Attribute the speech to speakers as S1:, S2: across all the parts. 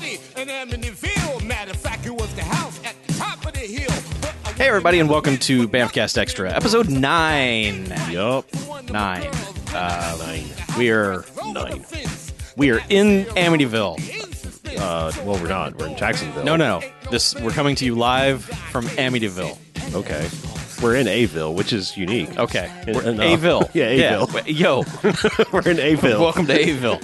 S1: me in Amityville. Matter of fact, it was the house at the top of the hill. But I
S2: Hey, everybody, and welcome to Bamfcast Extra, episode nine.
S3: Yup.
S2: Nine. Uh, We are
S3: Nine.
S2: we are in Amityville.
S3: Uh, well, we're not. We're in Jacksonville.
S2: No, no, no. This we're coming to you live from Amityville.
S3: Okay. We're in Aville, which is unique.
S2: Okay, we're in
S3: Enough.
S2: Aville.
S3: Yeah, Aville.
S2: w- Yo,
S3: we're in Aville.
S2: welcome to Aville.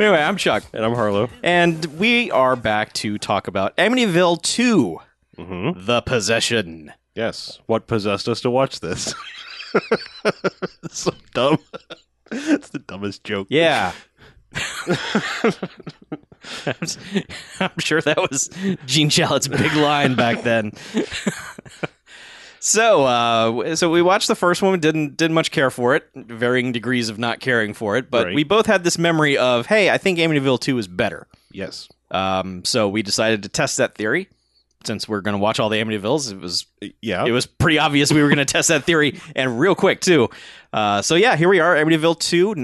S2: anyway, I'm Chuck,
S3: and I'm Harlow.
S2: and we are back to talk about Amityville 2
S3: Mm-hmm.
S2: The Possession.
S3: Yes. What possessed us to watch this? so dumb. it's the dumbest joke.
S2: Yeah. I'm sure that was Gene Shalat's big line back then. so, uh, w- so we watched the first one. Didn't didn't much care for it. Varying degrees of not caring for it, but
S3: Right.
S2: we both had this memory of, hey, I think Amityville Two is better.
S3: Yes.
S2: Um, so we decided to test that theory. Since we're going to watch all the Amityvilles, it was
S3: Yeah.
S2: it was pretty obvious we were going to test that theory and real quick too. Uh, so yeah, here we are, Amityville 2,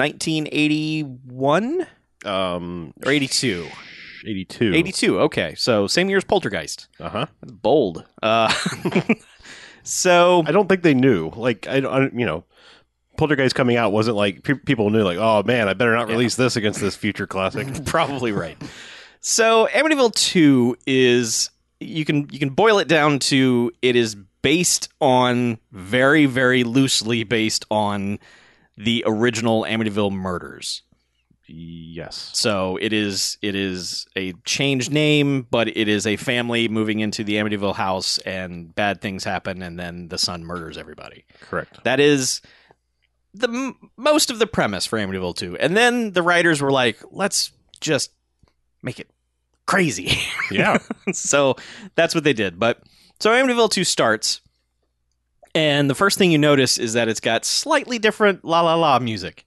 S2: 1981
S3: um
S2: or 82.
S3: 82.
S2: 82. Okay. So same year as Poltergeist.
S3: Uh-huh.
S2: That's bold. Uh, so
S3: I don't think they knew. Like I don't you know, Poltergeist coming out wasn't like pe- people knew like, "Oh man, I better not release this against this future classic."
S2: probably right. So Amityville 2 is you can you can boil it down to it is based on very very loosely based on the original Amityville murders.
S3: yes.
S2: So it is it is a changed name, but it is a family moving into the Amityville house and bad things happen and then the son murders everybody.
S3: Correct.
S2: That is the m- most of the premise for Amityville 2. And then the writers were like, let's just make it crazy.
S3: Yeah.
S2: so that's what they did. But so Amityville 2 starts and the first thing you notice is that it's got slightly different la la la music.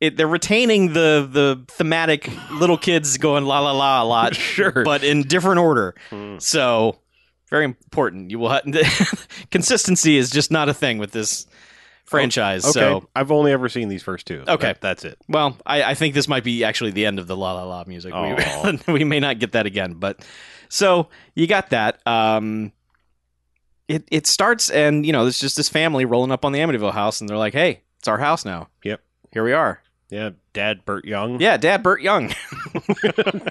S2: It, they're retaining the the thematic little kids going la la la a lot,
S3: Sure.
S2: but in different order.
S3: Mm.
S2: So very important. You will ha- consistency is just not a thing with this franchise.
S3: Oh, okay.
S2: So
S3: I've only ever seen these first two.
S2: Okay.
S3: That- that's it.
S2: well, I, I think this might be actually the end of the la la la music.
S3: Aw.
S2: We, we may not get that again, but so you got that. Um, it it starts and you know there's just this family rolling up on the Amityville house and they're like, hey, it's our house now.
S3: Yep.
S2: Here we are.
S3: Yeah, Dad Burt Young.
S2: Yeah, Dad, Burt Young,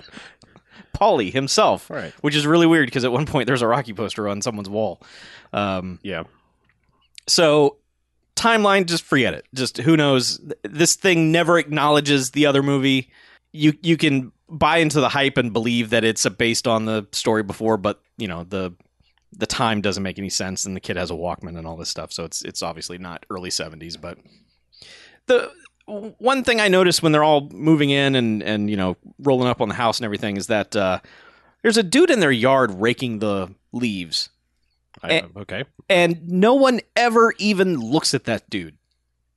S2: Paulie himself,
S3: All right.
S2: which is really weird because at one point there's a Rocky poster on someone's wall. Um,
S3: Yeah.
S2: so timeline, just forget it. Just who knows? Th- This thing never acknowledges the other movie. You you can buy into the hype and believe that it's uh, based on the story before, but you know the the time doesn't make any sense, and the kid has a Walkman and all this stuff, so it's it's obviously not early seventies. But the one thing I noticed when they're all moving in and and you know rolling up on the house and everything is that uh, there's a dude in their yard raking the leaves
S3: I,
S2: Eh.
S3: okay.
S2: and no one ever even looks at that dude.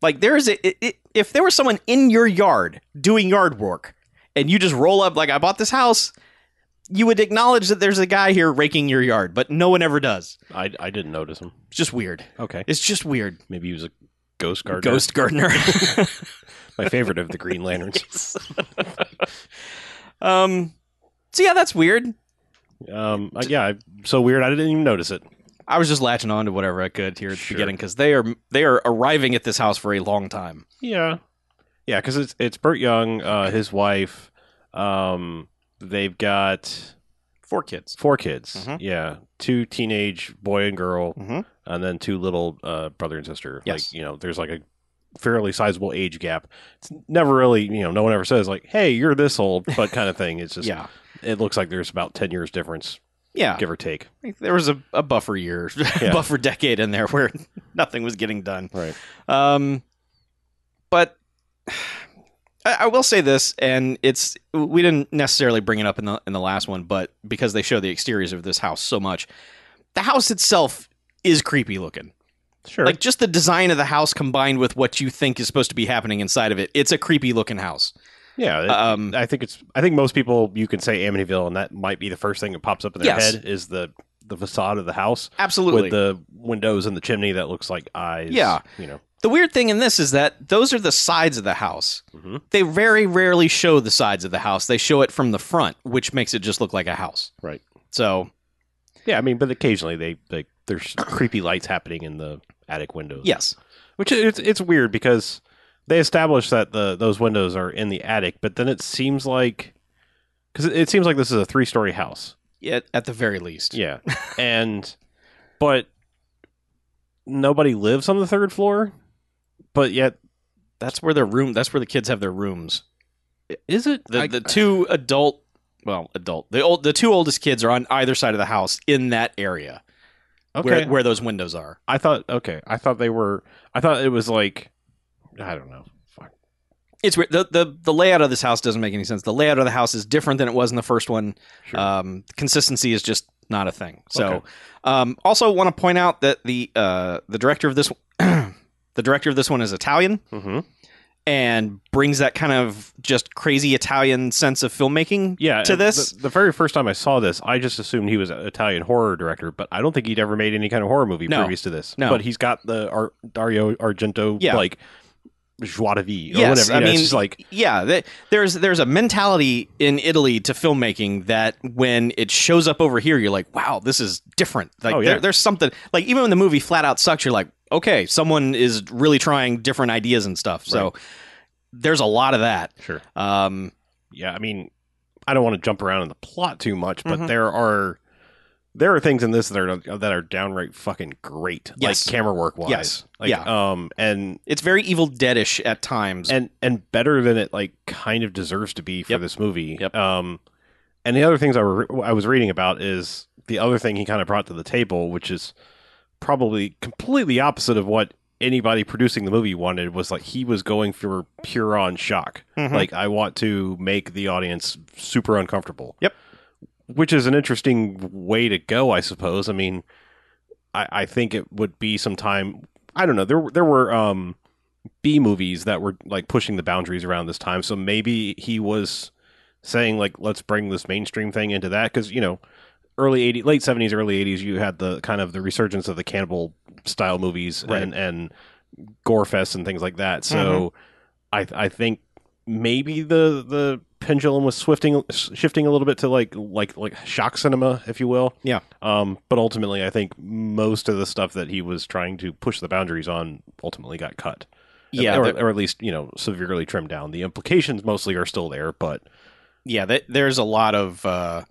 S2: Like there is a i- i- if there was someone in your yard doing yard work, and you just roll up like I bought this house, you would acknowledge that there's a guy here raking your yard, but no one ever does.
S3: I, I didn't notice him.
S2: It's just weird.
S3: Okay.
S2: It's just weird.
S3: Maybe he was a ghost gardener.
S2: Ghost gardener.
S3: My favorite of the Green Lanterns.
S2: um. So yeah, that's weird.
S3: Um, uh, yeah, I- so weird. I didn't even notice it.
S2: I was just latching on to whatever I could here at the
S3: Sure.
S2: beginning because they are they are arriving at this house for a long time.
S3: Yeah. Yeah, because it's, it's Burt Young, uh, his wife. Um, they've got
S2: Four kids.
S3: four kids.
S2: Mhm.
S3: Yeah. Two teenage boy and girl,
S2: Mhm.
S3: and then two little uh, brother and sister.
S2: Yes.
S3: Like, you know, there's like a fairly sizable age gap. It's never really, you know, no one ever says, like, hey, you're this old, but kind of thing. It's just,
S2: yeah.
S3: it looks like there's about 10 years difference,
S2: Yeah.
S3: give or take.
S2: Like, there was a, a buffer year,
S3: Yeah.
S2: buffer decade in there where nothing was getting done.
S3: Right.
S2: Um, but I, I will say this, and it's we didn't necessarily bring it up in the in the last one, but because they show the exteriors of this house so much, the house itself is creepy looking.
S3: Sure.
S2: Like just the design of the house combined with what you think is supposed to be happening inside of it, it's a creepy looking house.
S3: yeah. it-
S2: Um,
S3: I think it's. I think most people you can say Amityville, and that might be the first thing that pops up in their
S2: Yes.
S3: head is the the facade of the house
S2: absolutely.
S3: with the windows and the chimney that looks like eyes.
S2: Yeah.
S3: You know.
S2: The weird thing in this is that those are the sides of the house.
S3: Mhm.
S2: They very rarely show the sides of the house. They show it from the front, which makes it just look like a house.
S3: Right.
S2: So,
S3: Yeah, I mean, but occasionally they like there's creepy lights happening in the attic windows.
S2: yes.
S3: which i- it's it's weird because they establish that the those windows are in the attic, but then it seems like because it, it seems like this is a three story house.
S2: Yeah, at the very least.
S3: Yeah, and but nobody lives on the third floor. But yet,
S2: That's where their room that's where the kids have their rooms.
S3: is it
S2: The
S3: I-
S2: the two adult well, adult. The old the two oldest kids are on either side of the house in that area
S3: okay?
S2: where where those windows are.
S3: I thought okay. I thought they were. I thought it was like I don't know. Fuck.
S2: It's weird. The, the the layout of this house doesn't make any sense. The layout of the house is different than it was in the first one.
S3: Sure.
S2: Um, consistency is just not a thing. So,
S3: Okay.
S2: um, also want to point out that the uh, the director of this the director of this one is Italian
S3: hmm
S2: and brings that kind of just crazy Italian sense of filmmaking
S3: Yeah.
S2: to
S3: and the-
S2: this.
S3: the, very first time I saw this, I just assumed he was an Italian horror director, but I don't think he'd ever made any kind of horror movie
S2: No.
S3: previous to this.
S2: No.
S3: But he's got the Ar- Dario Argento
S2: Yeah.
S3: like joie de vivre or
S2: Yes,
S3: whatever.
S2: I
S3: You know,
S2: mean-
S3: it's just like
S2: yeah, th- there's there's a mentality in Italy to filmmaking that when it shows up over here, you're like, wow, this is different. Like
S3: Oh, yeah.
S2: there, there's something like even when the movie flat out sucks, you're like, okay, someone is really trying different ideas and stuff. So there's a lot of that.
S3: sure.
S2: Um,
S3: Yeah. I mean, I don't want to jump around in the plot too much, but
S2: Mhm.
S3: there are. There are things in this that are that are downright fucking great,
S2: Yes.
S3: like camera work wise.
S2: Yes.
S3: Like,
S2: Yeah.
S3: Um. And
S2: it's very Evil Deadish at times.
S3: and and better than it like kind of deserves to be for
S2: Yep.
S3: this movie.
S2: Yep.
S3: Um, and the other things I, were, I was reading about is the other thing he kind of brought to the table, which is probably completely opposite of what anybody producing the movie wanted. Was like he was going for pure on shock.
S2: Mhm.
S3: Like I want to make the audience super uncomfortable.
S2: Yep.
S3: Which is an interesting way to go, I suppose. I mean, I, I think it would be some time. I don't know. There were- there were um, B movies that were like pushing the boundaries around this time, so maybe he was saying like, let's bring this mainstream thing into that because you know, early eighty, late seventies, early eighties, you had the kind of the resurgence of the cannibal style movies
S2: Right.
S3: and and gore fests and things like that. So I I think maybe the the pendulum was swifting shifting a little bit to like like like shock cinema, if you will.
S2: Yeah.
S3: Um, but ultimately, I think most of the stuff that he was trying to push the boundaries on ultimately got cut.
S2: yeah,
S3: or,
S2: there-
S3: or at least you know severely trimmed down. The implications mostly are still there, but
S2: yeah. th- there's a lot of uh,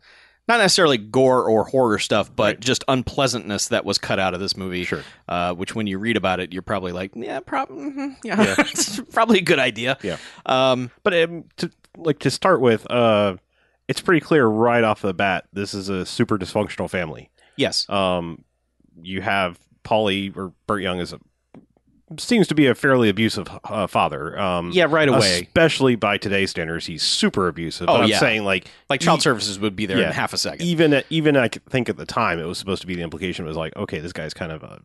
S2: not necessarily gore or horror stuff, but
S3: Right.
S2: just unpleasantness that was cut out of this movie.
S3: sure.
S2: uh, which when you read about it, you're probably like, yeah, prob- mhm, yeah,
S3: Yeah.
S2: it's probably a good idea.
S3: Yeah.
S2: Um,
S3: But um, to like to start with, uh, it's pretty clear right off the bat this is a super dysfunctional family.
S2: yes.
S3: Um, you have Polly or Burt Young is a seems to be a fairly abusive uh, father. Um,
S2: Yeah, right away.
S3: especially by today's standards, he's super abusive.
S2: Oh,
S3: but I'm
S2: yeah.
S3: saying like
S2: Like child services would be there
S3: Yeah.
S2: in half a second.
S3: even at, even I c- think at the time it was supposed to be the implication was like okay this guy's kind of a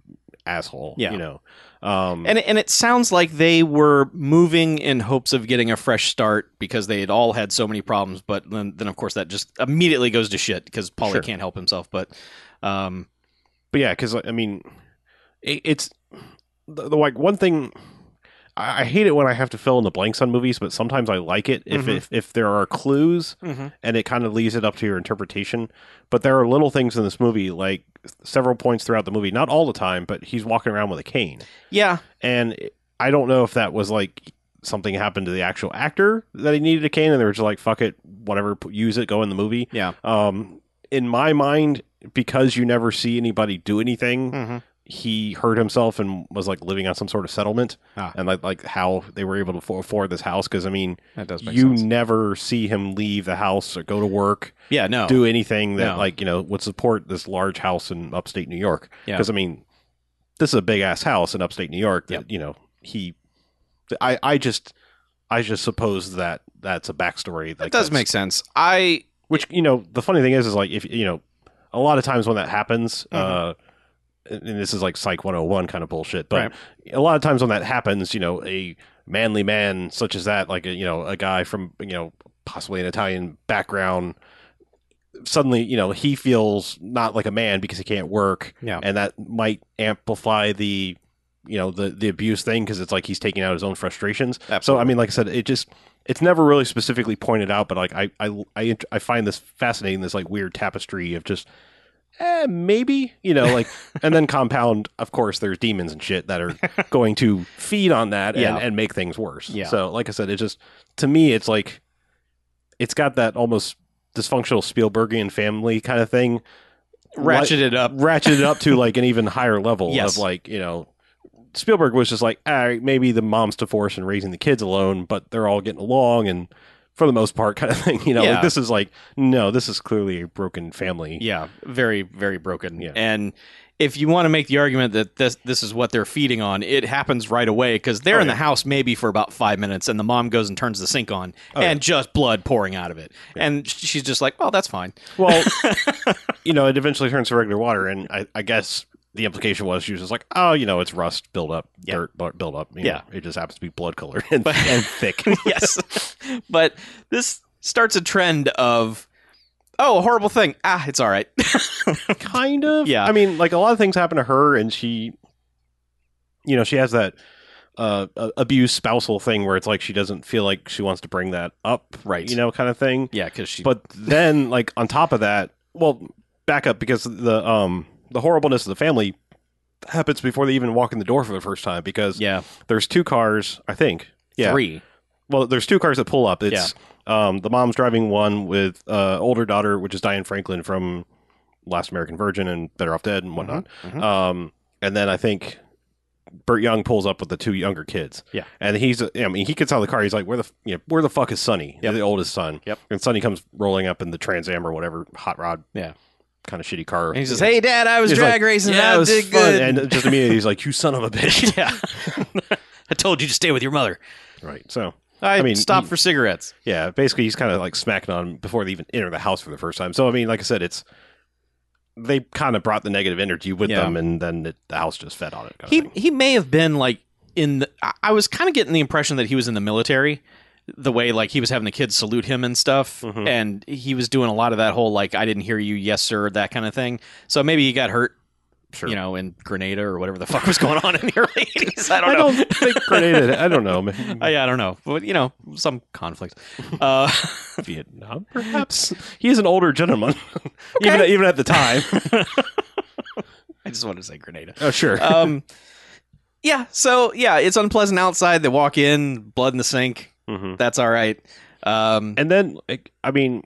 S3: asshole
S2: Yeah.
S3: you know um
S2: And and it sounds like they were moving in hopes of getting a fresh start because they had all had so many problems. But then, then of course that just immediately goes to shit because Paulie
S3: Sure.
S2: can't help himself. But um,
S3: but yeah because I mean it, it's the, the like one thing I, I hate it when I have to fill in the blanks on movies but sometimes I like it if
S2: Mhm.
S3: if, if there are clues
S2: Mm-hmm.
S3: and it kind of leaves it up to your interpretation but there are little things in this movie like several points throughout the movie not all the time but he's walking around with a cane
S2: yeah,
S3: and I don't know if that was like something happened to the actual actor that he needed a cane, and they were just like, "Fuck it, whatever, p- use it, go in the movie."
S2: yeah,
S3: Um, in my mind, because you never see anybody do
S2: Hmm.
S3: anything,
S2: Mm-hmm.
S3: he hurt himself and was like living on some sort of settlement,
S2: Ah.
S3: and like like how they were able to affo- afford this house. Because I mean,
S2: that does make
S3: you
S2: sense.
S3: never see him leave the house or go to work,
S2: Yeah, no,
S3: do anything that
S2: No.
S3: like you know would support this large house in upstate New York.
S2: Yeah.
S3: Because I mean, this is a big ass house in upstate New York. That
S2: Yep.
S3: you know he, I I just I just suppose that that's a backstory. Like
S2: that does
S3: that's-
S2: make sense. I
S3: Which you know the funny thing is is like if you know a lot of times when that happens. uh and and this is like psych 101 kind of bullshit but
S2: Right.
S3: a lot of times when that happens you know a manly man such as that like a, you know a guy from you know possibly an italian background suddenly you know he feels not like a man because he can't work
S2: Yeah.
S3: and that might amplify the you know the the abuse thing because it's like he's taking out his own frustrations. So I
S2: Absolutely.
S3: mean, like I said, it just it's never really specifically pointed out, but like I I I, int- I find this fascinating. This like weird tapestry of just. Eh, maybe you know, like, and then compound. Of course, there's demons and shit that are going to feed on that and,
S2: Yeah.
S3: and make things worse.
S2: Yeah.
S3: So, like I said, it just to me, it's like it's got that almost dysfunctional Spielbergian family kind of thing,
S2: ratcheted up.
S3: ratcheted up to like an even higher level
S2: Yes.
S3: of like you know Spielberg was just like all right maybe the mom's divorced and raising the kids alone but they're all getting along and for the most part kind of thing you know
S2: Yeah.
S3: like this is like no this is clearly a broken family
S2: Yeah, very very broken.
S3: Yeah.
S2: And if you want to make the argument that this this is what they're feeding on, it happens right away because they're
S3: Oh,
S2: in
S3: yeah.
S2: the house maybe for about five minutes, and the mom goes and turns the sink on,
S3: Oh,
S2: and just blood pouring out of it, and sh- she's just like, "Well, that's fine."
S3: well you know it eventually turns to regular water and I, I guess the implication was she was just like oh you know it's rust build up
S2: Yeah.
S3: dirt bu- build up you
S2: Yeah.
S3: know, it just happens to be blood colored and, and thick
S2: yes, but this starts a trend of. Oh, a horrible thing. Ah, it's all right.
S3: kind of
S2: Yeah.
S3: i mean like a lot of things happen to her and she you know she has that uh a- abuse spousal thing where it's like she doesn't feel like she wants to bring that up
S2: Right.
S3: you know kind of thing
S2: yeah, because she.
S3: but then like on top of that well back up because the um the horribleness of the family happens before they even walk in the door for the first time because
S2: yeah,
S3: there's two cars i think yeah
S2: three.
S3: well there's two cars that pull up it's um the mom's driving one with uh older daughter which is diane franklin from last american virgin and better off dead and whatnot
S2: mhm.
S3: um and then i think Burt Young pulls up with the two younger kids.
S2: Yeah.
S3: and he's I mean he gets out of the car. He's like, "Where the f- you know, where the fuck is Sonny?
S2: Yep.
S3: The oldest son."
S2: Yep.
S3: And Sonny comes rolling up in the Trans Am or whatever hot rod.
S2: Yeah.
S3: kind of shitty car.
S2: And he says, "Hey, Dad, I was
S3: He's
S2: drag
S3: like,
S2: racing. and
S3: "Yeah,
S2: I
S3: it was
S2: did
S3: fun."
S2: good."
S3: And just immediately he's like, "You son of a bitch!"
S2: yeah, I told you to stay with your mother.
S3: Right. So
S2: I,
S3: mean,
S2: stopped
S3: he-
S2: for cigarettes.
S3: Yeah, basically he's kind of like smacking on 'em before they even enter the house for the first time. So I mean, like I said, it's they kind of brought the negative energy with
S2: Yeah.
S3: them, and then it, the house just fed on it. kind of
S2: He
S3: thing.
S2: he may have been like in the. I- I was kind of getting the impression that he was in the military, the way like he was having the kids salute him and stuff,
S3: Mhm.
S2: and he was doing a lot of that whole like I didn't hear you, yes sir, that kind of thing. So maybe he got hurt.
S3: Sure.
S2: You know, in Grenada or whatever the fuck was going on in the early eighties. I don't
S3: I
S2: know. Uh,
S3: don't think grenade. I don't know, man.
S2: I, I don't know, but you know, some conflict. Uh,
S3: Vietnam, perhaps. He is an older gentleman, even even at the time.
S2: I just wanted to say Grenada.
S3: oh, sure.
S2: Um, yeah. So yeah, it's unpleasant outside. They walk in, blood in the sink.
S3: hmm
S2: That's all right. Um,
S3: And then, like, I mean,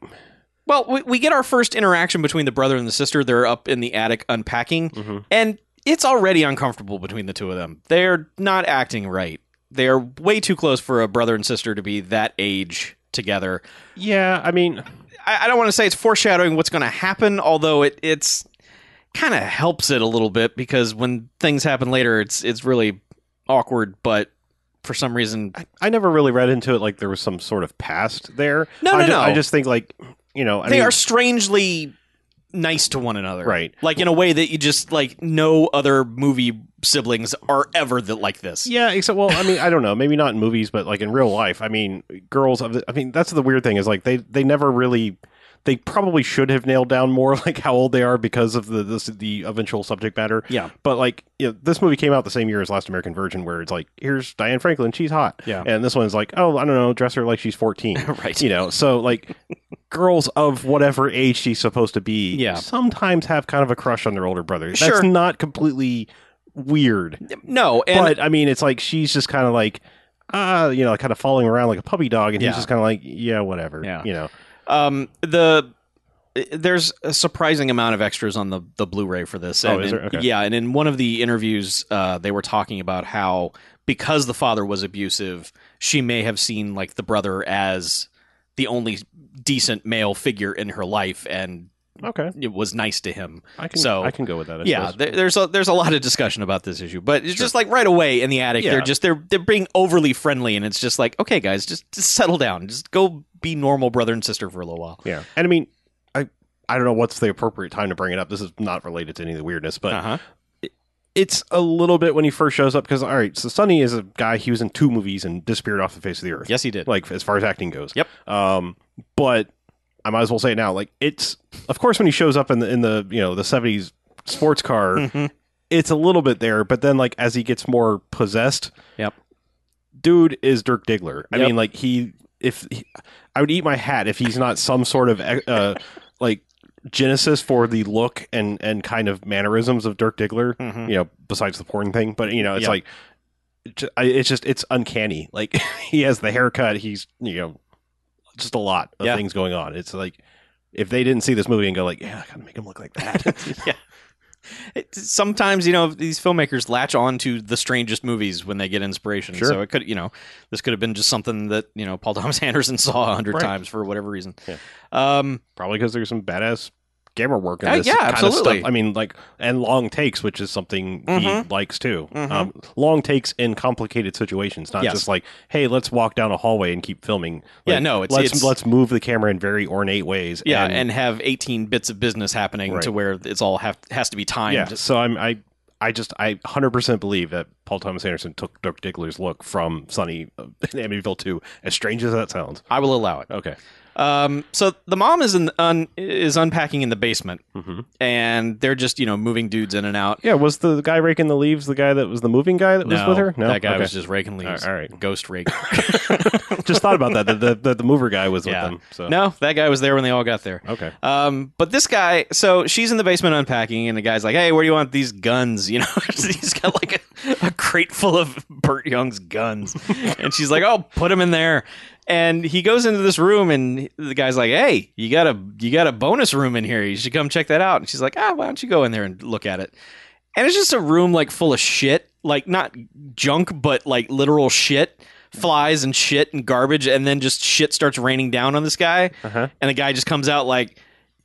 S2: well, we, we get our first interaction between the brother and the sister. They're up in the attic unpacking,
S3: Mhm.
S2: and it's already uncomfortable between the two of them. They're not acting right. They're way too close for a brother and sister to be that age together.
S3: yeah, I mean,
S2: I, I don't want to say it's foreshadowing what's going to happen, although it it's kind of helps it a little bit because when things happen later, it's it's really awkward. But for some reason,
S3: I never really read into it like there was some sort of past there.
S2: No,
S3: I
S2: no,
S3: ju-
S2: no.
S3: I just think like you know, I
S2: they
S3: mean,
S2: are strangely nice to one another
S3: Right.
S2: like in a way that you just like no other movie siblings are ever that like this
S3: Yeah, except well, I mean, I don't know, maybe not in movies, but like in real life. I mean, girls. of the- I mean, that's the weird thing is like they they never really. They probably should have nailed down more like how old they are because of the this, the eventual subject matter.
S2: Yeah.
S3: but like you know, this movie came out the same year as Last American Virgin, where it's like here's Diane Franklin, she's hot.
S2: Yeah.
S3: and this one's like oh I don't know, dress her like she's fourteen.
S2: Right.
S3: You know, so like girls of whatever age she's supposed to be,
S2: Yeah.
S3: sometimes have kind of a crush on their older brother.
S2: Sure.
S3: That's not completely weird
S2: no and
S3: but I mean, it's like she's just kind of like, ah, you know, kind of following around like a puppy dog, and
S2: Yeah.
S3: he's just kind of like, yeah, whatever,
S2: Yeah.
S3: you know,
S2: um the there's a surprising amount of extras on the the blu-ray for this
S3: Oh,
S2: and
S3: is
S2: in-
S3: there? Okay.
S2: yeah and in one of the interviews uh they were talking about how because the father was abusive she may have seen like the brother as the only decent male figure in her life and
S3: okay,
S2: it was nice to him
S3: I can,
S2: So-
S3: I can go with that. I
S2: yeah
S3: suppose.
S2: there, there's a there's a lot of discussion about this issue but it's just like right away in the attic
S3: Yeah.
S2: they're just they're they're being overly friendly and it's just like okay guys just, just settle down just go be normal brother and sister for a little while
S3: yeah, and I mean, I, I don't know what's the appropriate time to bring it up. This is not related to any of the weirdness, but
S2: uh-huh
S3: it's a little bit when he first shows up because all right, so Sonny is a guy. He was in two movies and disappeared off the face of the earth.
S2: yes he did
S3: like as far as acting goes.
S2: Yep.
S3: Um, but I might as well say
S2: Mm-hmm.
S3: it now. Like it's of course when he shows up in the in the you know the seventies sports car, it's a little bit there, but then like as he gets more possessed,
S2: Yep.
S3: dude is Dirk Diggler. I
S2: Yep.
S3: mean, like he if he, I would eat my hat if he's not some sort of uh, like genesis for the look and and kind of mannerisms of Dirk Diggler.
S2: Mhm.
S3: You know, besides the porn thing, but you know, it's
S2: Yep.
S3: like ju- I- it's just it's uncanny. Like he has the haircut. He's you know just a lot of
S2: Yeah.
S3: things going on. It's like if they didn't see this movie and go like, yeah, I gotta make him look like that.
S2: It- sometimes you know these filmmakers latch on to the strangest movies when they get inspiration
S3: Sure.
S2: so it could you know this could have been just something that you know paul thomas anderson saw a hundred
S3: Right.
S2: times for whatever reason
S3: Yeah.
S2: um
S3: Probably because there's some badass camera work in
S2: Uh,
S3: this
S2: yeah,
S3: kind of
S2: absolutely.
S3: stuff. I mean, like and long takes, which is something he
S2: Mhm.
S3: likes too.
S2: Mhm.
S3: Um, long takes in complicated situations, not
S2: Yes.
S3: just like, hey, let's walk down a hallway and keep filming.
S2: Yeah,
S3: Like,
S2: no, it's-
S3: let's
S2: it's-
S3: let's move the camera in very ornate ways.
S2: yeah and, have 18 bits of business happening
S3: Right.
S2: to where it's all have, has to be timed
S3: yeah. so I'm I I just I 100 percent believe that Paul Thomas Anderson took Dirk Diggler's look from Sunny uh, in Amityville 2. As strange as that sounds,
S2: i will allow it
S3: okay.
S2: um so the mom is in un, is unpacking in the basement
S3: Mhm.
S2: and they're just you know moving dudes in and out
S3: Yeah, was the guy raking the leaves the guy that was the moving guy that was with her?
S2: that guy
S3: Okay.
S2: was just raking leaves
S3: All- all right.
S2: ghost rake
S3: just thought about that. That the, that the mover guy was
S2: Yeah.
S3: with them. So
S2: no that guy was there when they all got there
S3: okay,
S2: Um, but this guy, so she's in the basement unpacking, and the guy's like, "Hey, where do you want these guns?" You know, he's got like a, a crate full of Burt Young's guns, and she's like, "Oh, put them in there." And he goes into this room, and the guy's like, "Hey, you got a you got a bonus room in here. You should come check that out." And she's like, "Ah, why don't you go in there and look at it?" And it's just a room like full of shit, like not junk, but like literal shit, flies and shit and garbage, and then just shit starts raining down on this guy.
S3: Uh-huh.
S2: And the guy just comes out like,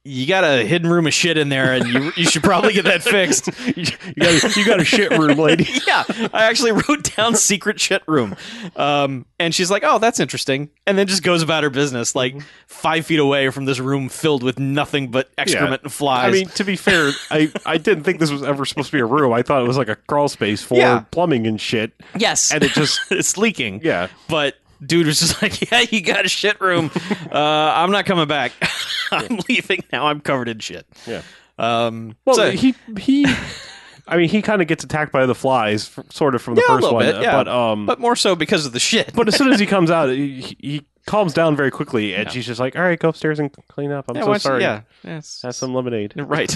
S2: "You got a hidden room of shit in there, and you you should probably get that fixed."
S3: you, got a, you got a shit room, lady.
S2: yeah, I actually wrote down secret shit room, um, and she's like, "Oh, that's interesting," and then just goes about her business, like
S3: Mm-hmm.
S2: five feet away from this room filled with nothing but excrement and flies.
S3: I mean, to be fair, I, I didn't think this was ever supposed to be a room. I thought it was like a crawl space for
S2: Yeah.
S3: plumbing and shit.
S2: yes,
S3: And it just
S2: it's leaking.
S3: yeah.
S2: but dude was just like, "Yeah, you got a shit room. uh, I'm not coming back. I'm leaving now. I'm covered in shit."
S3: Yeah.
S2: Um,
S3: Well,
S2: so-
S3: he he. I mean, he kind of gets attacked by the flies, f- sort of from the
S2: Yeah, a
S3: first
S2: little
S3: one.
S2: bit, yeah.
S3: But um, but,
S2: but more so because of the shit.
S3: as soon as he comes out, he, he calms down very quickly, and she's just like, "All right, go upstairs and clean up. I'm
S2: yeah,
S3: so
S2: why don't you-
S3: sorry.
S2: Yeah, yeah, it's-
S3: Have some lemonade."
S2: right.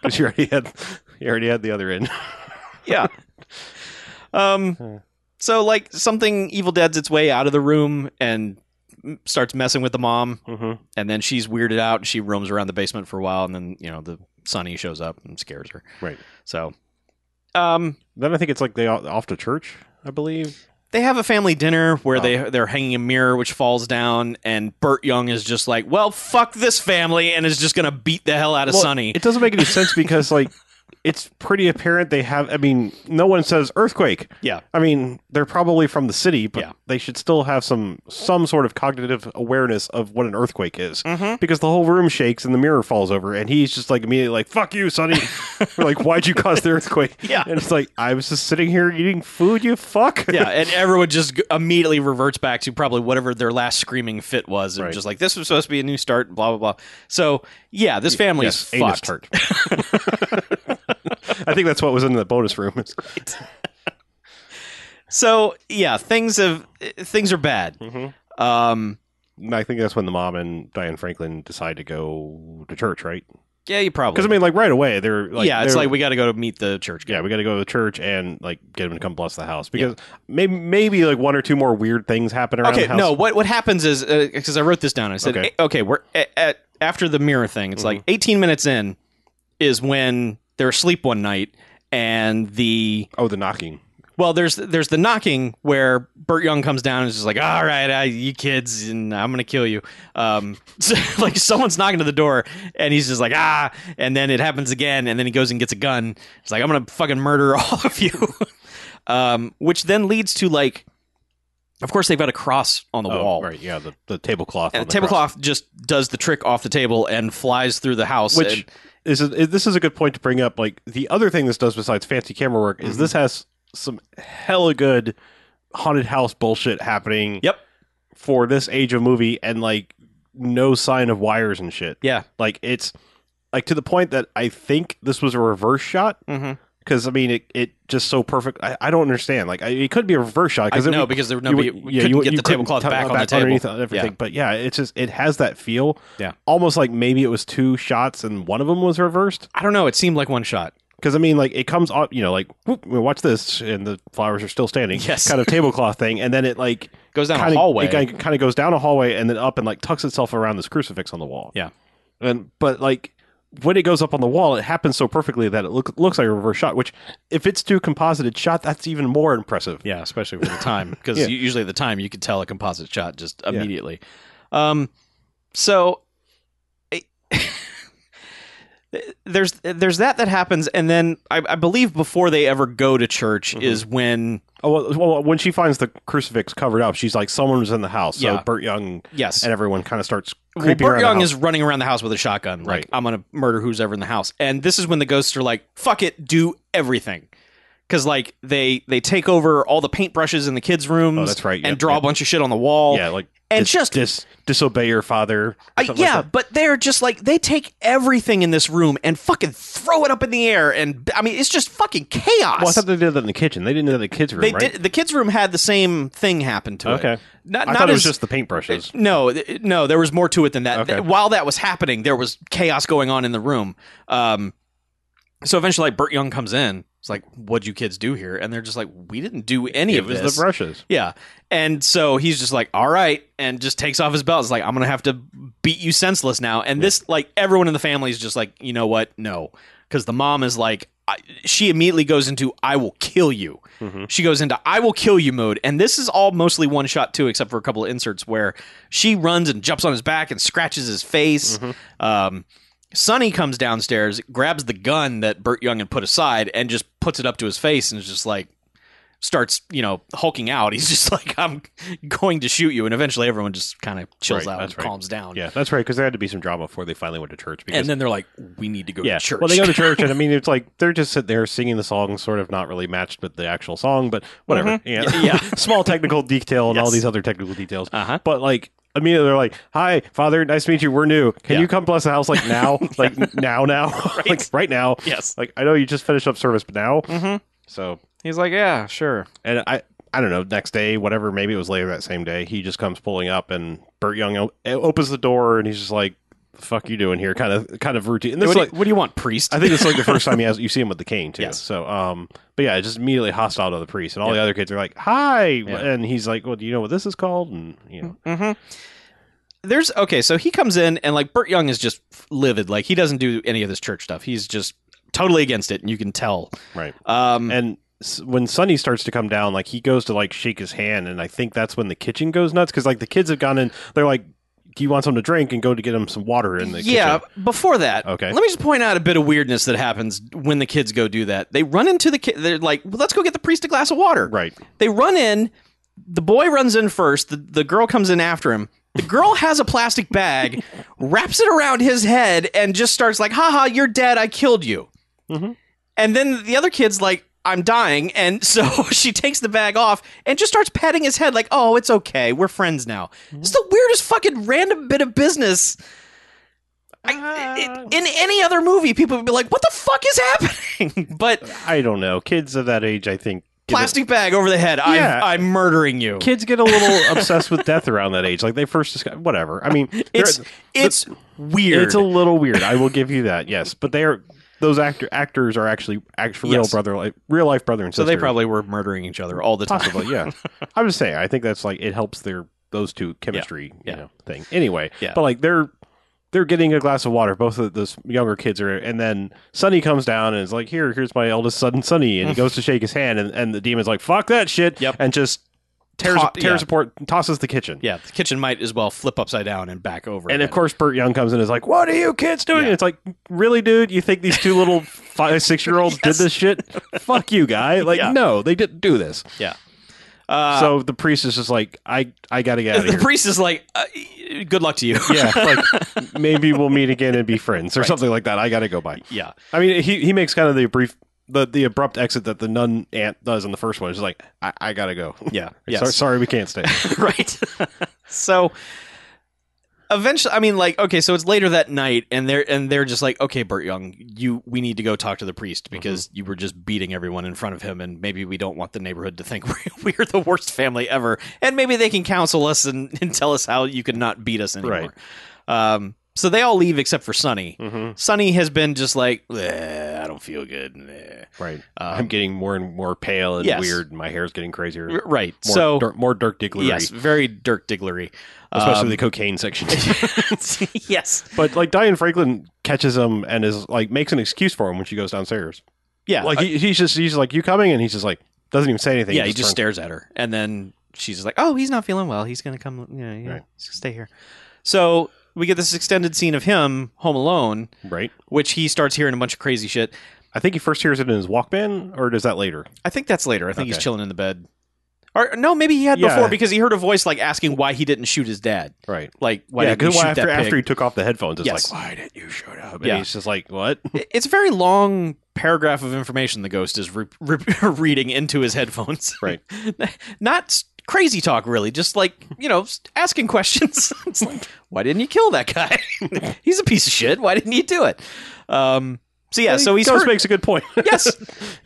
S3: Because you already had you already had the other end.
S2: yeah. Um. So like something Evil Dead's its way out of the room and m- starts messing with the mom,
S3: Mm-hmm.
S2: and then she's weirded out and she roams around the basement for a while, and then you know the Sonny shows up and scares her.
S3: Right.
S2: So, um,
S3: Then I think it's like they o- off to church, I believe.
S2: they have a family dinner where
S3: Oh.
S2: they they're hanging a mirror which falls down, and Burt Young is just like, "Well, fuck this family," and is just gonna beat the hell out of Sonny.
S3: It doesn't make any sense because like it's pretty apparent they have. I mean, no one says earthquake.
S2: yeah.
S3: I mean, they're probably from the city, but
S2: Yeah.
S3: they should still have some some sort of cognitive awareness of what an earthquake is,
S2: Mm-hmm.
S3: because the whole room shakes and the mirror falls over, and he's just like immediately like "fuck you, Sonny," We're like "why'd you cause the earthquake?"
S2: Yeah.
S3: and it's like I was just sitting here eating food, you fuck.
S2: yeah, and everyone just g- immediately reverts back to probably whatever their last screaming fit was, and
S3: Right.
S2: just like this was supposed to be a new start, blah blah blah. So yeah, this family
S3: yes,
S2: is
S3: anus
S2: fucked.
S3: tart. I think that's what was in the bonus room.
S2: So yeah, things have eh, things are bad. Um,
S3: And I think that's when the mom and Diane Franklin decide to go to church, right?
S2: yeah, you probably
S3: Because I mean, like right away, they're like,
S2: yeah, it's
S3: they're-
S2: like we got to go to meet the church guy.
S3: yeah, we got to go to the church and like get him to come bless the house because maybe maybe like one or two more weird things happen around
S2: Okay,
S3: the house.
S2: no, what what happens is because I wrote this down. I said,
S3: Okay.
S2: okay, Mm-hmm. okay we're at, at after the mirror thing. It's like 18 minutes in is when they're asleep one night, and the
S3: oh, the knocking.
S2: Well, there's there's the knocking where Burt Young comes down and is just like, "All right, I, you kids, and I'm gonna kill you." Um, so, like someone's knocking to the door, and he's just like, "Ah!" And then it happens again, and then he goes and gets a gun. It's like, "I'm gonna fucking murder all of you," um, which then leads to like, of course, they've got a cross on the
S3: Oh,
S2: wall.
S3: right? Yeah, the, the tablecloth. on
S2: And the
S3: the
S2: tablecloth just does the trick off the table and flies through the house.
S3: cross. which
S2: and-
S3: is is- this is a good point to bring up. Like the other thing this does besides fancy camera work is
S2: Mm-hmm.
S3: this has some hella good haunted house bullshit happening.
S2: yep,
S3: for this age of movie and like no sign of wires and shit.
S2: yeah,
S3: Like it's like to the point that I think this was a reverse shot
S2: Mhm.
S3: Because I mean, it, it just so perfect. I, I don't understand. Like I, it could be a reverse
S2: I
S3: shot because
S2: know because there nobody
S3: would-
S2: couldn't
S3: would-
S2: get the
S3: couldn't
S2: tablecloth
S3: tuck
S2: back
S3: it
S2: on the table.
S3: underneath everything.
S2: Yeah.
S3: But yeah, it's just it has that feel.
S2: Yeah.
S3: almost like maybe it was two shots and one of them was reversed.
S2: I don't know. It seemed like one shot.
S3: Because I mean, like it comes off, you know, like whoop, we watch this, and the flowers are still standing.
S2: Yes.
S3: kind of tablecloth thing, and then it like
S2: Goes down a
S3: kinda,
S2: hallway.
S3: It kind of goes down a hallway and then up and like tucks itself around this crucifix on the wall.
S2: Yeah.
S3: and but like when it goes up on the wall, it happens so perfectly that it look, looks like a reverse shot. Which, if it's two composited shot, that's even more impressive.
S2: Yeah, especially for the time, because
S3: Yeah.
S2: usually at the time you could tell a composite shot just immediately. Um, so I- there's there's that that happens, and then I, I believe before they ever go to church
S3: Mm-hmm.
S2: is when
S3: Oh, well, well, when she finds the crucifix covered up, she's like, "Someone was in the house." So
S2: Yeah.
S3: Burt Young
S2: yes,
S3: and everyone kind of starts
S2: well,
S3: creeping
S2: Burt
S3: around.
S2: Young
S3: the house.
S2: is running around the house with a shotgun, like
S3: Right.
S2: I'm gonna murder who's ever in the house, and this is when the ghosts are like, "Fuck it, do everything." Because like they they take over all the paintbrushes in the kids' rooms,
S3: Oh, that's right,
S2: and
S3: yep,
S2: draw a
S3: yep.
S2: bunch of shit on the wall,
S3: yeah, like
S2: and
S3: dis-
S2: just
S3: dis- disobey your father.
S2: I,
S3: something like
S2: yeah,
S3: that.
S2: but they're just like they take everything in this room and fucking throw it up in the air, and I mean it's just fucking chaos.
S3: well, I thought they did that in the kitchen. They didn't do that in the kids' room,
S2: they
S3: right?
S2: did. The kids' room had the same thing happen to it.
S3: Okay.
S2: not,
S3: I
S2: not
S3: thought it was
S2: as-
S3: just the paintbrushes.
S2: no, th- no. There was more to it than that.
S3: Okay.
S2: Th- While that was happening, there was chaos going on in the room. Um, so eventually, like Burt Young comes in. It's like, "What'd you kids do here?" And they're just like, "We didn't do any
S3: it
S2: of
S3: was
S2: this."
S3: the brushes.
S2: Yeah. And so he's just like, all right, and just takes off his belt. It's like, I'm going to have to beat you senseless now. And this, like, everyone in the family is just like, you know what? No. Because the mom is like, I, she immediately goes into, I will kill you. She goes into, I will kill you mode. And this is all mostly one shot, too, except for a couple of inserts where she runs and jumps on his back and scratches his face. Um, Sonny comes downstairs, grabs the gun that Burt Young had put aside, and just puts it up to his face and is just like, starts, you know, hulking out. He's just like, I'm going to shoot you. And eventually everyone just kind of chills
S3: Right,
S2: out
S3: that's
S2: and
S3: right.
S2: calms down.
S3: Yeah, that's right. Because there had to be some drama before they finally went to church. Because,
S2: And then they're like, we need to go
S3: yeah,
S2: to church.
S3: well, they go to church, and I mean, it's like they're just sitting there singing the song, sort of not really matched with the actual song, but whatever. Yeah,
S2: Mm-hmm. Yeah.
S3: small technical detail and all
S2: Yes.
S3: these other technical details.
S2: Uh-huh.
S3: But like immediately, they're like, "Hi, Father, nice to meet you. We're new. Can
S2: Yeah.
S3: you come bless the house like now? Like now, now, like right now?
S2: Yes.
S3: Like I know you just finished up service, but now. Mm-hmm. So
S2: He's like, yeah, sure.
S3: and I I don't know next day whatever maybe it was later that same day he just comes pulling up and Burt Young o- opens the door and he's just like the fuck you doing here kind of kind of routine and this
S2: What,
S3: is
S2: do,
S3: like
S2: what do you want, priest?
S3: I think it's like the first time he has you see him with the cane too
S2: Yes.
S3: so um but yeah just immediately hostile to the priest and all the other kids are like hi and he's like well do you know what this is called and you know
S2: There's, okay, so he comes in and like Burt Young is just livid. Like he doesn't do any of this church stuff. He's just totally against it and you can tell.
S3: right
S2: Um,
S3: and s- when Sonny starts to come down, like he goes to like shake his hand, and I think that's when the kitchen goes nuts because like the kids have gone in. They're like, "Do you want something to drink?" and go to get him some water in the
S2: yeah,
S3: kitchen.
S2: before that,
S3: Okay.
S2: Let me just point out a bit of weirdness that happens when the kids go do that. They run into the kid. They're like, well, "Let's go get the priest a glass of water."
S3: Right.
S2: They run in. The boy runs in first. The, the girl comes in after him. The girl has a plastic bag, wraps it around his head, and just starts like, "Ha ha, you're dead. I killed you."
S3: Mm-hmm.
S2: And then the other kid's like, "I'm dying," and so she takes the bag off and just starts patting his head like, "Oh, it's okay. We're friends now."
S3: Mm-hmm.
S2: It's the weirdest fucking random bit of business. I,
S3: Uh,
S2: it- in any other movie, people would be like, "What the fuck is happening?" but
S3: I don't know. Kids of that age, I think. get a-
S2: plastic bag over the head.
S3: Yeah.
S2: I'm, I'm murdering you.
S3: Kids get a little obsessed with death around that age. Like they first discuss whatever. I mean, they're-
S2: It's it's weird.
S3: it's a little weird. I will give you that. Yes, but they are those actor actors are actually actual real
S2: Yes.
S3: brother, like, real life brother and
S2: so
S3: sister.
S2: they probably were murdering each other all the time.
S3: possibly yeah. I'm just saying. I think that's like it helps their those two chemistry
S2: Yeah.
S3: you know thing. Anyway,
S2: Yeah.
S3: but like they're they're getting a glass of water. Both of those younger kids are, and then Sonny comes down and is like, "Here, here's my eldest son, Sonny," and he goes to shake his hand, and, and the demon's like, "Fuck that shit,"
S2: Yep.
S3: and just tears
S2: Ta-
S3: tears
S2: yeah.
S3: apart, tosses the kitchen.
S2: Yeah, the kitchen might as well flip upside down and back over.
S3: And of
S2: again.
S3: course, Burt Young comes in and is like, "What are you kids doing?"
S2: Yeah.
S3: And it's like, "Really, dude? You think these two little five, six year olds did this shit? Fuck you, guy! Like,
S2: Yeah.
S3: no, they didn't do this."
S2: yeah. Uh,
S3: so the priest is just like, "I, I gotta get out of
S2: the
S3: here."
S2: priest is like, uh, "Good luck to you."
S3: yeah, like maybe we'll meet again and be friends or something like that. I gotta go by.
S2: yeah.
S3: I mean, he he makes kind of the brief, the the abrupt exit that the nun aunt does in the first one. She's like, I, I gotta go.
S2: Yeah.
S3: Sorry,
S2: Yes.
S3: sorry, we can't stay.
S2: right. so eventually i mean like okay so it's later that night and they're and they're just like okay burt young you we need to go talk to the priest
S3: Mm-hmm.
S2: because you were just beating everyone in front of him and maybe we don't want the neighborhood to think we're, we're the worst family ever and maybe they can counsel us and, and tell us how you can not beat us anymore um so they all leave except for sunny
S3: Mm-hmm.
S2: sunny has been just like "Eh, i don't feel good eh."
S3: Right.
S2: Um,
S3: I'm getting more and more pale and
S2: yes.
S3: weird. My hair's getting crazier.
S2: r- right
S3: More
S2: so
S3: Dirk, more Dirk Digglery,
S2: yes very dirk diglery
S3: especially
S2: Um,
S3: the cocaine section.
S2: yes
S3: but like Diane Franklin catches him and is like makes an excuse for him when she goes downstairs.
S2: yeah
S3: Like he, he's just he's like you coming and he's just like doesn't even say anything.
S2: Yeah, he just
S3: turns-
S2: stares at her, and then she's just like, "Oh, he's not feeling well. He's gonna come. You know, yeah,
S3: Right.
S2: stay here." So we get this extended scene of him home alone,
S3: right.
S2: which he starts hearing a bunch of crazy shit.
S3: I think he first hears it in his Walkman, or does that later?
S2: I think that's later. I think he's
S3: Okay.
S2: chilling in the bed, or no, maybe he had
S3: Yeah.
S2: before because he heard a voice like asking why he didn't shoot his dad.
S3: Right.
S2: Like, why
S3: yeah,
S2: didn't
S3: because
S2: you shoot
S3: after
S2: that pig?
S3: after he took off the headphones, it's
S2: Yes.
S3: like why didn't you shoot up? And
S2: Yeah.
S3: he's just like what?
S2: It- It's a very long paragraph of information the ghost is re- re- reading into his headphones.
S3: Right.
S2: Not s- crazy talk, really. Just like, you know, s- asking questions. it's like, why didn't you kill that guy? He's a piece of shit. Why didn't you do it? Um, so, yeah, so he's
S3: Ghost
S2: heard-
S3: makes a good point.
S2: yes,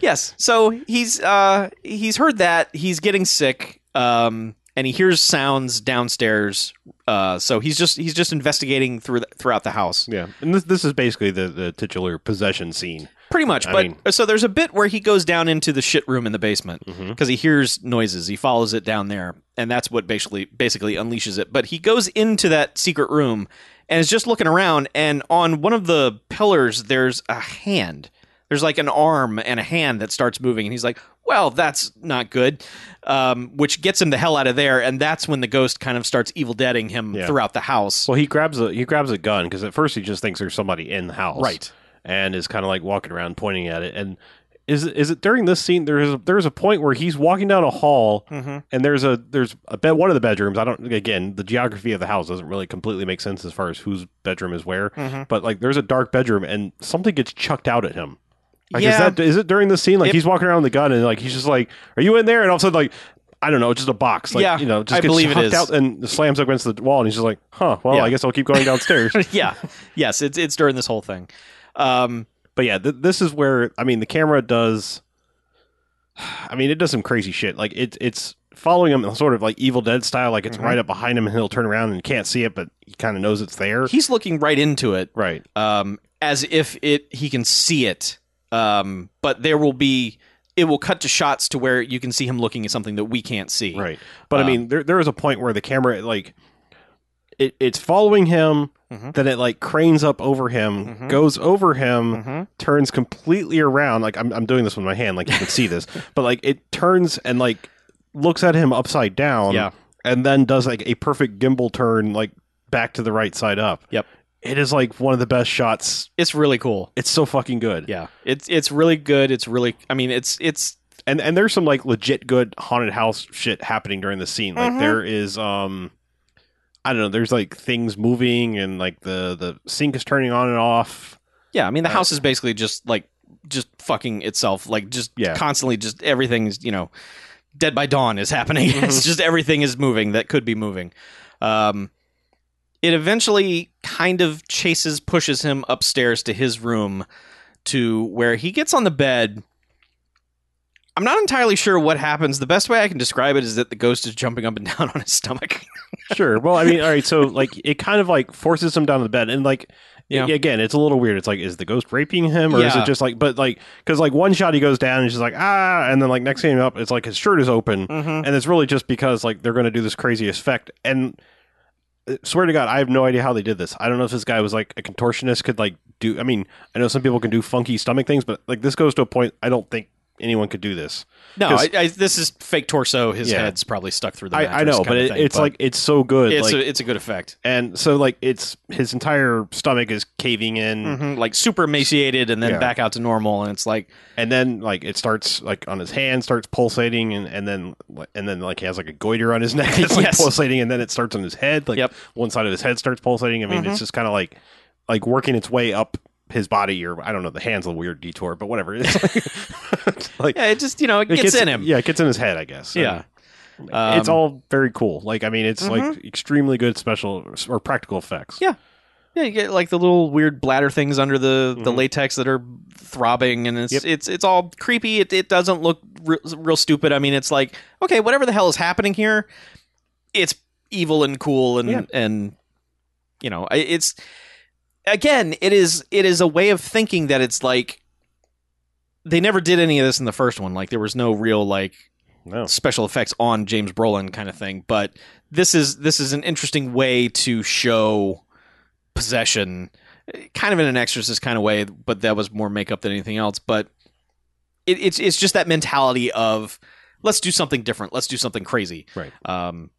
S2: yes. So he's uh, he's heard that he's getting sick, um, and he hears sounds downstairs. Uh, so he's just he's just investigating through the, throughout the house.
S3: yeah, and this this is basically the the titular possession scene.
S2: Pretty much,
S3: I
S2: but
S3: mean-
S2: so there's a bit where he goes down into the shit room in the basement because
S3: Mhm.
S2: he hears noises. He follows it down there, and that's what basically basically unleashes it. But he goes into that secret room and is just looking around. And on one of the pillars, there's a hand. There's like an arm and a hand that starts moving, and he's like, "Well, that's not good," um, which gets him the hell out of there. And that's when the ghost kind of starts evil deading him
S3: Yeah.
S2: throughout the house.
S3: Well, he grabs a he grabs a gun because at first he just thinks there's somebody in the house,
S2: Right.
S3: And is kind of like walking around pointing at it. And is is it during this scene? There is a, there is a point where he's walking down a hall,
S2: Mm-hmm.
S3: and there's a there's a bed one of the bedrooms. I don't again the geography of the house doesn't really completely make sense as far as whose bedroom is where.
S2: Mm-hmm.
S3: But like there's a dark bedroom, and something gets chucked out at him. Like is
S2: Yeah.
S3: that is it during this scene? Like
S2: It-
S3: he's walking around with a gun, and like he's just like, "Are you in there?" And all of a sudden, like. I don't know, just a box. Like,
S2: Yeah,
S3: you know, just
S2: I
S3: gets
S2: believe it
S3: chucked
S2: is.
S3: out and slams up against the wall, and he's just like, "Huh? Well,
S2: Yeah.
S3: I guess I'll keep going downstairs."
S2: yeah, yes, it's it's during this whole thing. Um,
S3: but yeah, th- this is where I mean, the camera does. I mean, it does some crazy shit. Like it, it's following him in sort of like Evil Dead style. Like it's
S2: Mm-hmm.
S3: right up behind him, and he'll turn around and you can't see it, but he kind of knows it's there.
S2: he's looking right into it
S3: right.
S2: um, as if it he can see it. Um, but there will be it will cut to shots to where you can see him looking at something that we can't see.
S3: Right. But
S2: Uh,
S3: I mean, there there is a point where the camera like it, it's following him,
S2: Mhm.
S3: then it like cranes up over him,
S2: Mhm.
S3: goes over him,
S2: Mhm.
S3: turns completely around. Like I'm I'm doing this with my hand, like you can see this, but like it turns and like looks at him upside down,
S2: Yeah.
S3: and then does like a perfect gimbal turn, like back to the right side up.
S2: Yep.
S3: It is like one of the best shots.
S2: It's really cool.
S3: It's so fucking good.
S2: Yeah. It's it's really good. It's really I mean it's it's
S3: and and there's some like legit good haunted house shit happening during the scene. Like there is um I don't know, there's like things moving and like the the sink is turning on and off.
S2: yeah, I mean the
S3: Uh,
S2: house is basically just like just fucking itself like just
S3: Yeah.
S2: constantly just everything's, you know, Dead by Dawn is happening.
S3: Mm-hmm.
S2: it's just everything is moving that could be moving. Um, it eventually kind of chases, pushes him upstairs to his room to where he gets on the bed. I'm not entirely sure what happens. The best way I can describe it is that the ghost is jumping up and down on his stomach.
S3: Sure. Well, I mean, all right, so like it kind of like forces him down to the bed and like
S2: Yeah.
S3: a- again, it's a little weird. It's like is the ghost raping him or is
S2: Yeah.
S3: it just like but like cuz like one shot he goes down and she's like ah and then like next thing up it's like his shirt is open.
S2: Mm-hmm.
S3: and it's really just because like they're going to do this crazy effect and uh, swear to god i have no idea how they did this i don't know if this guy was like a contortionist could like do i mean i know some people can do funky stomach things but like this goes to a point i don't think anyone could do this
S2: No, I,
S3: 'Cause-
S2: I, this is fake torso. His
S3: Yeah.
S2: head's probably stuck through the.
S3: i, I
S2: mattress
S3: know
S2: kind
S3: but
S2: of
S3: it,
S2: thing,
S3: it's
S2: but
S3: like it's so good
S2: it's
S3: like,
S2: a, it's a good effect.
S3: and so like it's his entire stomach is caving in
S2: Mhm, Like super emaciated and then
S3: Yeah.
S2: back out to normal, and it's like
S3: and then like it starts like on his hand starts pulsating and, and then like, and then like he has like a goiter on his neck it's like
S2: Yes.
S3: pulsating and then it starts on his head like
S2: Yep. Mm-hmm.
S3: one side of his head starts pulsating i mean it's just kind of like like working its way up his body or i don't know the hand's a weird detour but whatever it's like, like,
S2: yeah, it just you know it, gets, in him.
S3: yeah it gets in his head i guess
S2: Yeah. Um, mm-hmm.
S3: it's all very cool. Like, I mean, it's like extremely good special or practical effects.
S2: Yeah. Yeah, you get like the little weird bladder things under the, the
S3: Mhm.
S2: latex that are throbbing, and it's
S3: Yep.
S2: it's it's all creepy. It, it doesn't look re- real stupid. I mean, it's like okay, whatever the hell is happening here, it's evil and cool, and
S3: Yeah.
S2: and you know, I- it's again, it is it is a way of thinking that it's like they never did any of this in the first one. Like there was no real like
S3: No.
S2: special effects on James Brolin kind of thing, but this is this is an interesting way to show possession, eh, kind of in an exorcist kind of way, but that was more makeup than anything else. But it, it's it's just that mentality of let's do something different, let's do something crazy,
S3: Right.
S2: Um,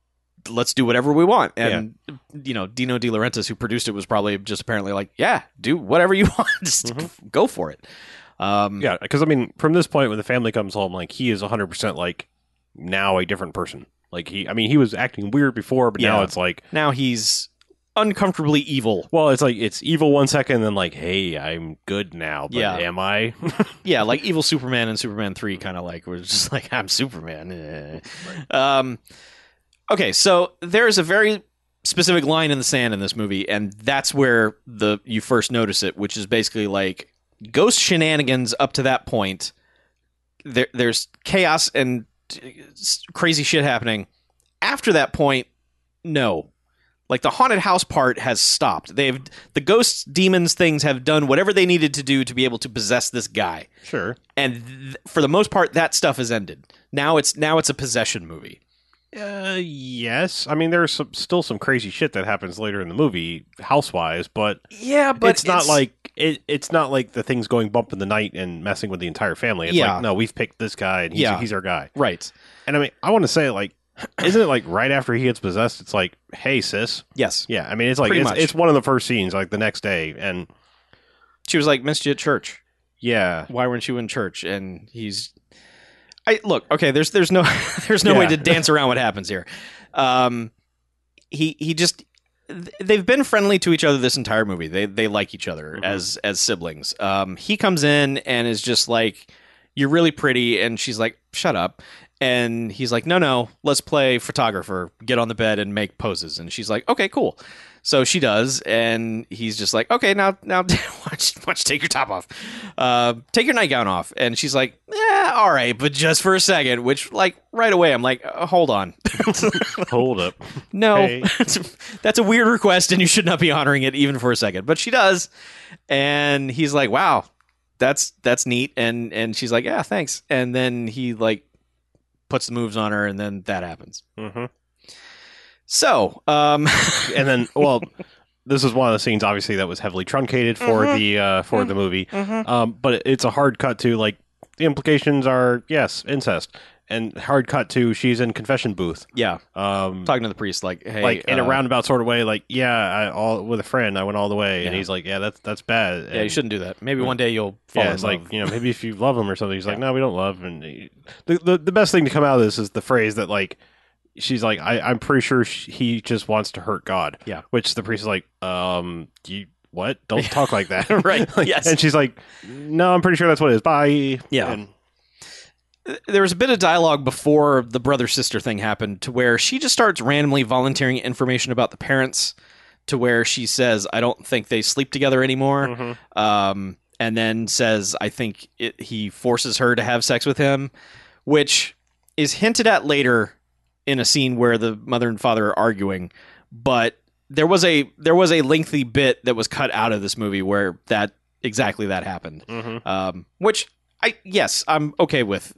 S2: let's do whatever we want, and you know Dino De Laurentiis, who produced it, was probably just apparently like, yeah, do whatever you want, just go for it. Um,
S3: Yeah, because I mean, from this point when the family comes home, like he is 100 percent like now a different person. Like he, I mean, he was acting weird before, but now
S2: Yeah.
S3: it's like,
S2: Now he's uncomfortably evil.
S3: well, it's like it's evil one second, and then like, hey, I'm good now, but
S2: Yeah.
S3: am I?
S2: yeah, like evil Superman and Superman three, kind of like we're just like I'm Superman. eh. Um, okay, so there is a very specific line in the sand in this movie, and that's where the you first notice it, which is basically like ghost shenanigans up to that point. There, there's chaos and uh, s- crazy shit happening. After that point, no, like the haunted house part has stopped. They've the ghosts, demons, things have done whatever they needed to do to be able to possess this guy
S3: sure.
S2: and th- for the most part that stuff has ended now it's now it's a possession movie
S3: Uh, yes. I mean, there's some, still some crazy shit that happens later in the movie, housewise, but
S2: yeah but
S3: it's not like it, it's not like the things going bump in the night and messing with the entire family. It's
S2: Yeah.
S3: like, no, we've picked this guy and he's,
S2: Yeah.
S3: he's our guy.
S2: right
S3: And I mean, I want to say like, isn't it like right after he gets possessed? It's like, hey, sis.
S2: yes
S3: Yeah, I mean, it's like
S2: Pretty
S3: it's,
S2: much.
S3: it's one of the first scenes, like the next day, and
S2: she was like missed you at church
S3: yeah,
S2: why weren't you in church and he's i look okay there's there's no there's no way
S3: Yeah.
S2: to dance around what happens here um he he just th- they've been friendly to each other this entire movie they they like each other
S3: Mhm.
S2: as as siblings um he comes in and is just like you're really pretty and she's like shut up and he's like no no let's play photographer get on the bed and make poses and she's like okay cool so she does and he's just like okay now now watch watch take your top off uh, take your nightgown off and she's like yeah all right but just for a second which like right away i'm like uh, hold on
S3: hold up,
S2: no
S3: Hey.
S2: that's a weird request and you should not be honoring it even for a second but she does and he's like wow that's that's neat and and she's like yeah thanks and then he like puts the moves on her and then that happens
S3: hmm
S2: so um
S3: and then well, this is one of the scenes obviously that was heavily truncated for
S2: Mm-hmm.
S3: the uh, for the movie, um, but it's a hard cut to like the implications are yes, incest, and hard cut to she's in confession booth,
S2: yeah
S3: um,
S2: talking to the priest like hey
S3: like in a
S2: uh,
S3: roundabout sort of way, like yeah, I all with a friend, I went all the way, and
S2: Yeah.
S3: he's like, yeah, that's that's bad,
S2: yeah you
S3: and-
S2: shouldn't do that maybe one day you'll fall
S3: yeah,
S2: in
S3: it's
S2: love.
S3: like you know maybe if you love him or something. He's like, no, we don't love. And he- the, the the best thing to come out of this is the phrase that like she's like, I I'm pretty sure sh he just wants to hurt God.
S2: Yeah.
S3: which the priest is like, um, you what? Don't talk like that,
S2: Right,
S3: Like,
S2: yes.
S3: And she's like, no, I'm pretty sure that's what it is. Bye.
S2: Yeah.
S3: And-
S2: there was a bit of dialogue before the brother sister thing happened to where she just starts randomly volunteering information about the parents to where she says i don't think they sleep together anymore
S3: Mhm.
S2: um, and then says i think it, he forces her to have sex with him which is hinted at later in a scene where the mother and father are arguing but there was a there was a lengthy bit that was cut out of this movie where that exactly that happened
S3: Mhm.
S2: um, which I yes I'm okay with.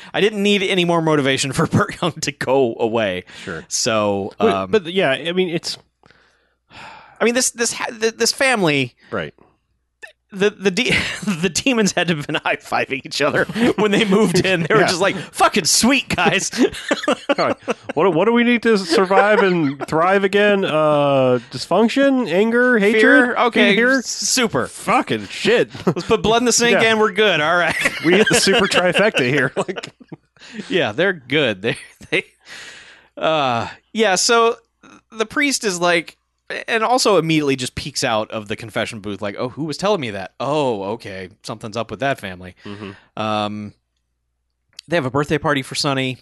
S2: I didn't need any more motivation for Burt Young to go away.
S3: Sure.
S2: So,
S3: But-
S2: um,
S3: but yeah, I mean it's
S2: I mean this this ha- th- this family
S3: right.
S2: the the de- the demons had to have been high fiving each other when they moved in. They were
S3: Yeah.
S2: just like fucking sweet guys.
S3: Alright. what what do we need to survive and thrive again? Uh, dysfunction, anger, hatred.
S2: Fear, okay,
S3: Fear?
S2: super.
S3: Fucking shit.
S2: Let's put blood in the sink
S3: Yeah.
S2: and we're good. All right.
S3: we hit the super trifecta here. Like,
S2: yeah, they're good. They they uh yeah, so the priest is like and also immediately just peeks out of the confession booth like, "Oh, who was telling me that? Oh, okay.
S3: Mm-hmm.
S2: Something's up with that family." Um they have a birthday party for Sonny.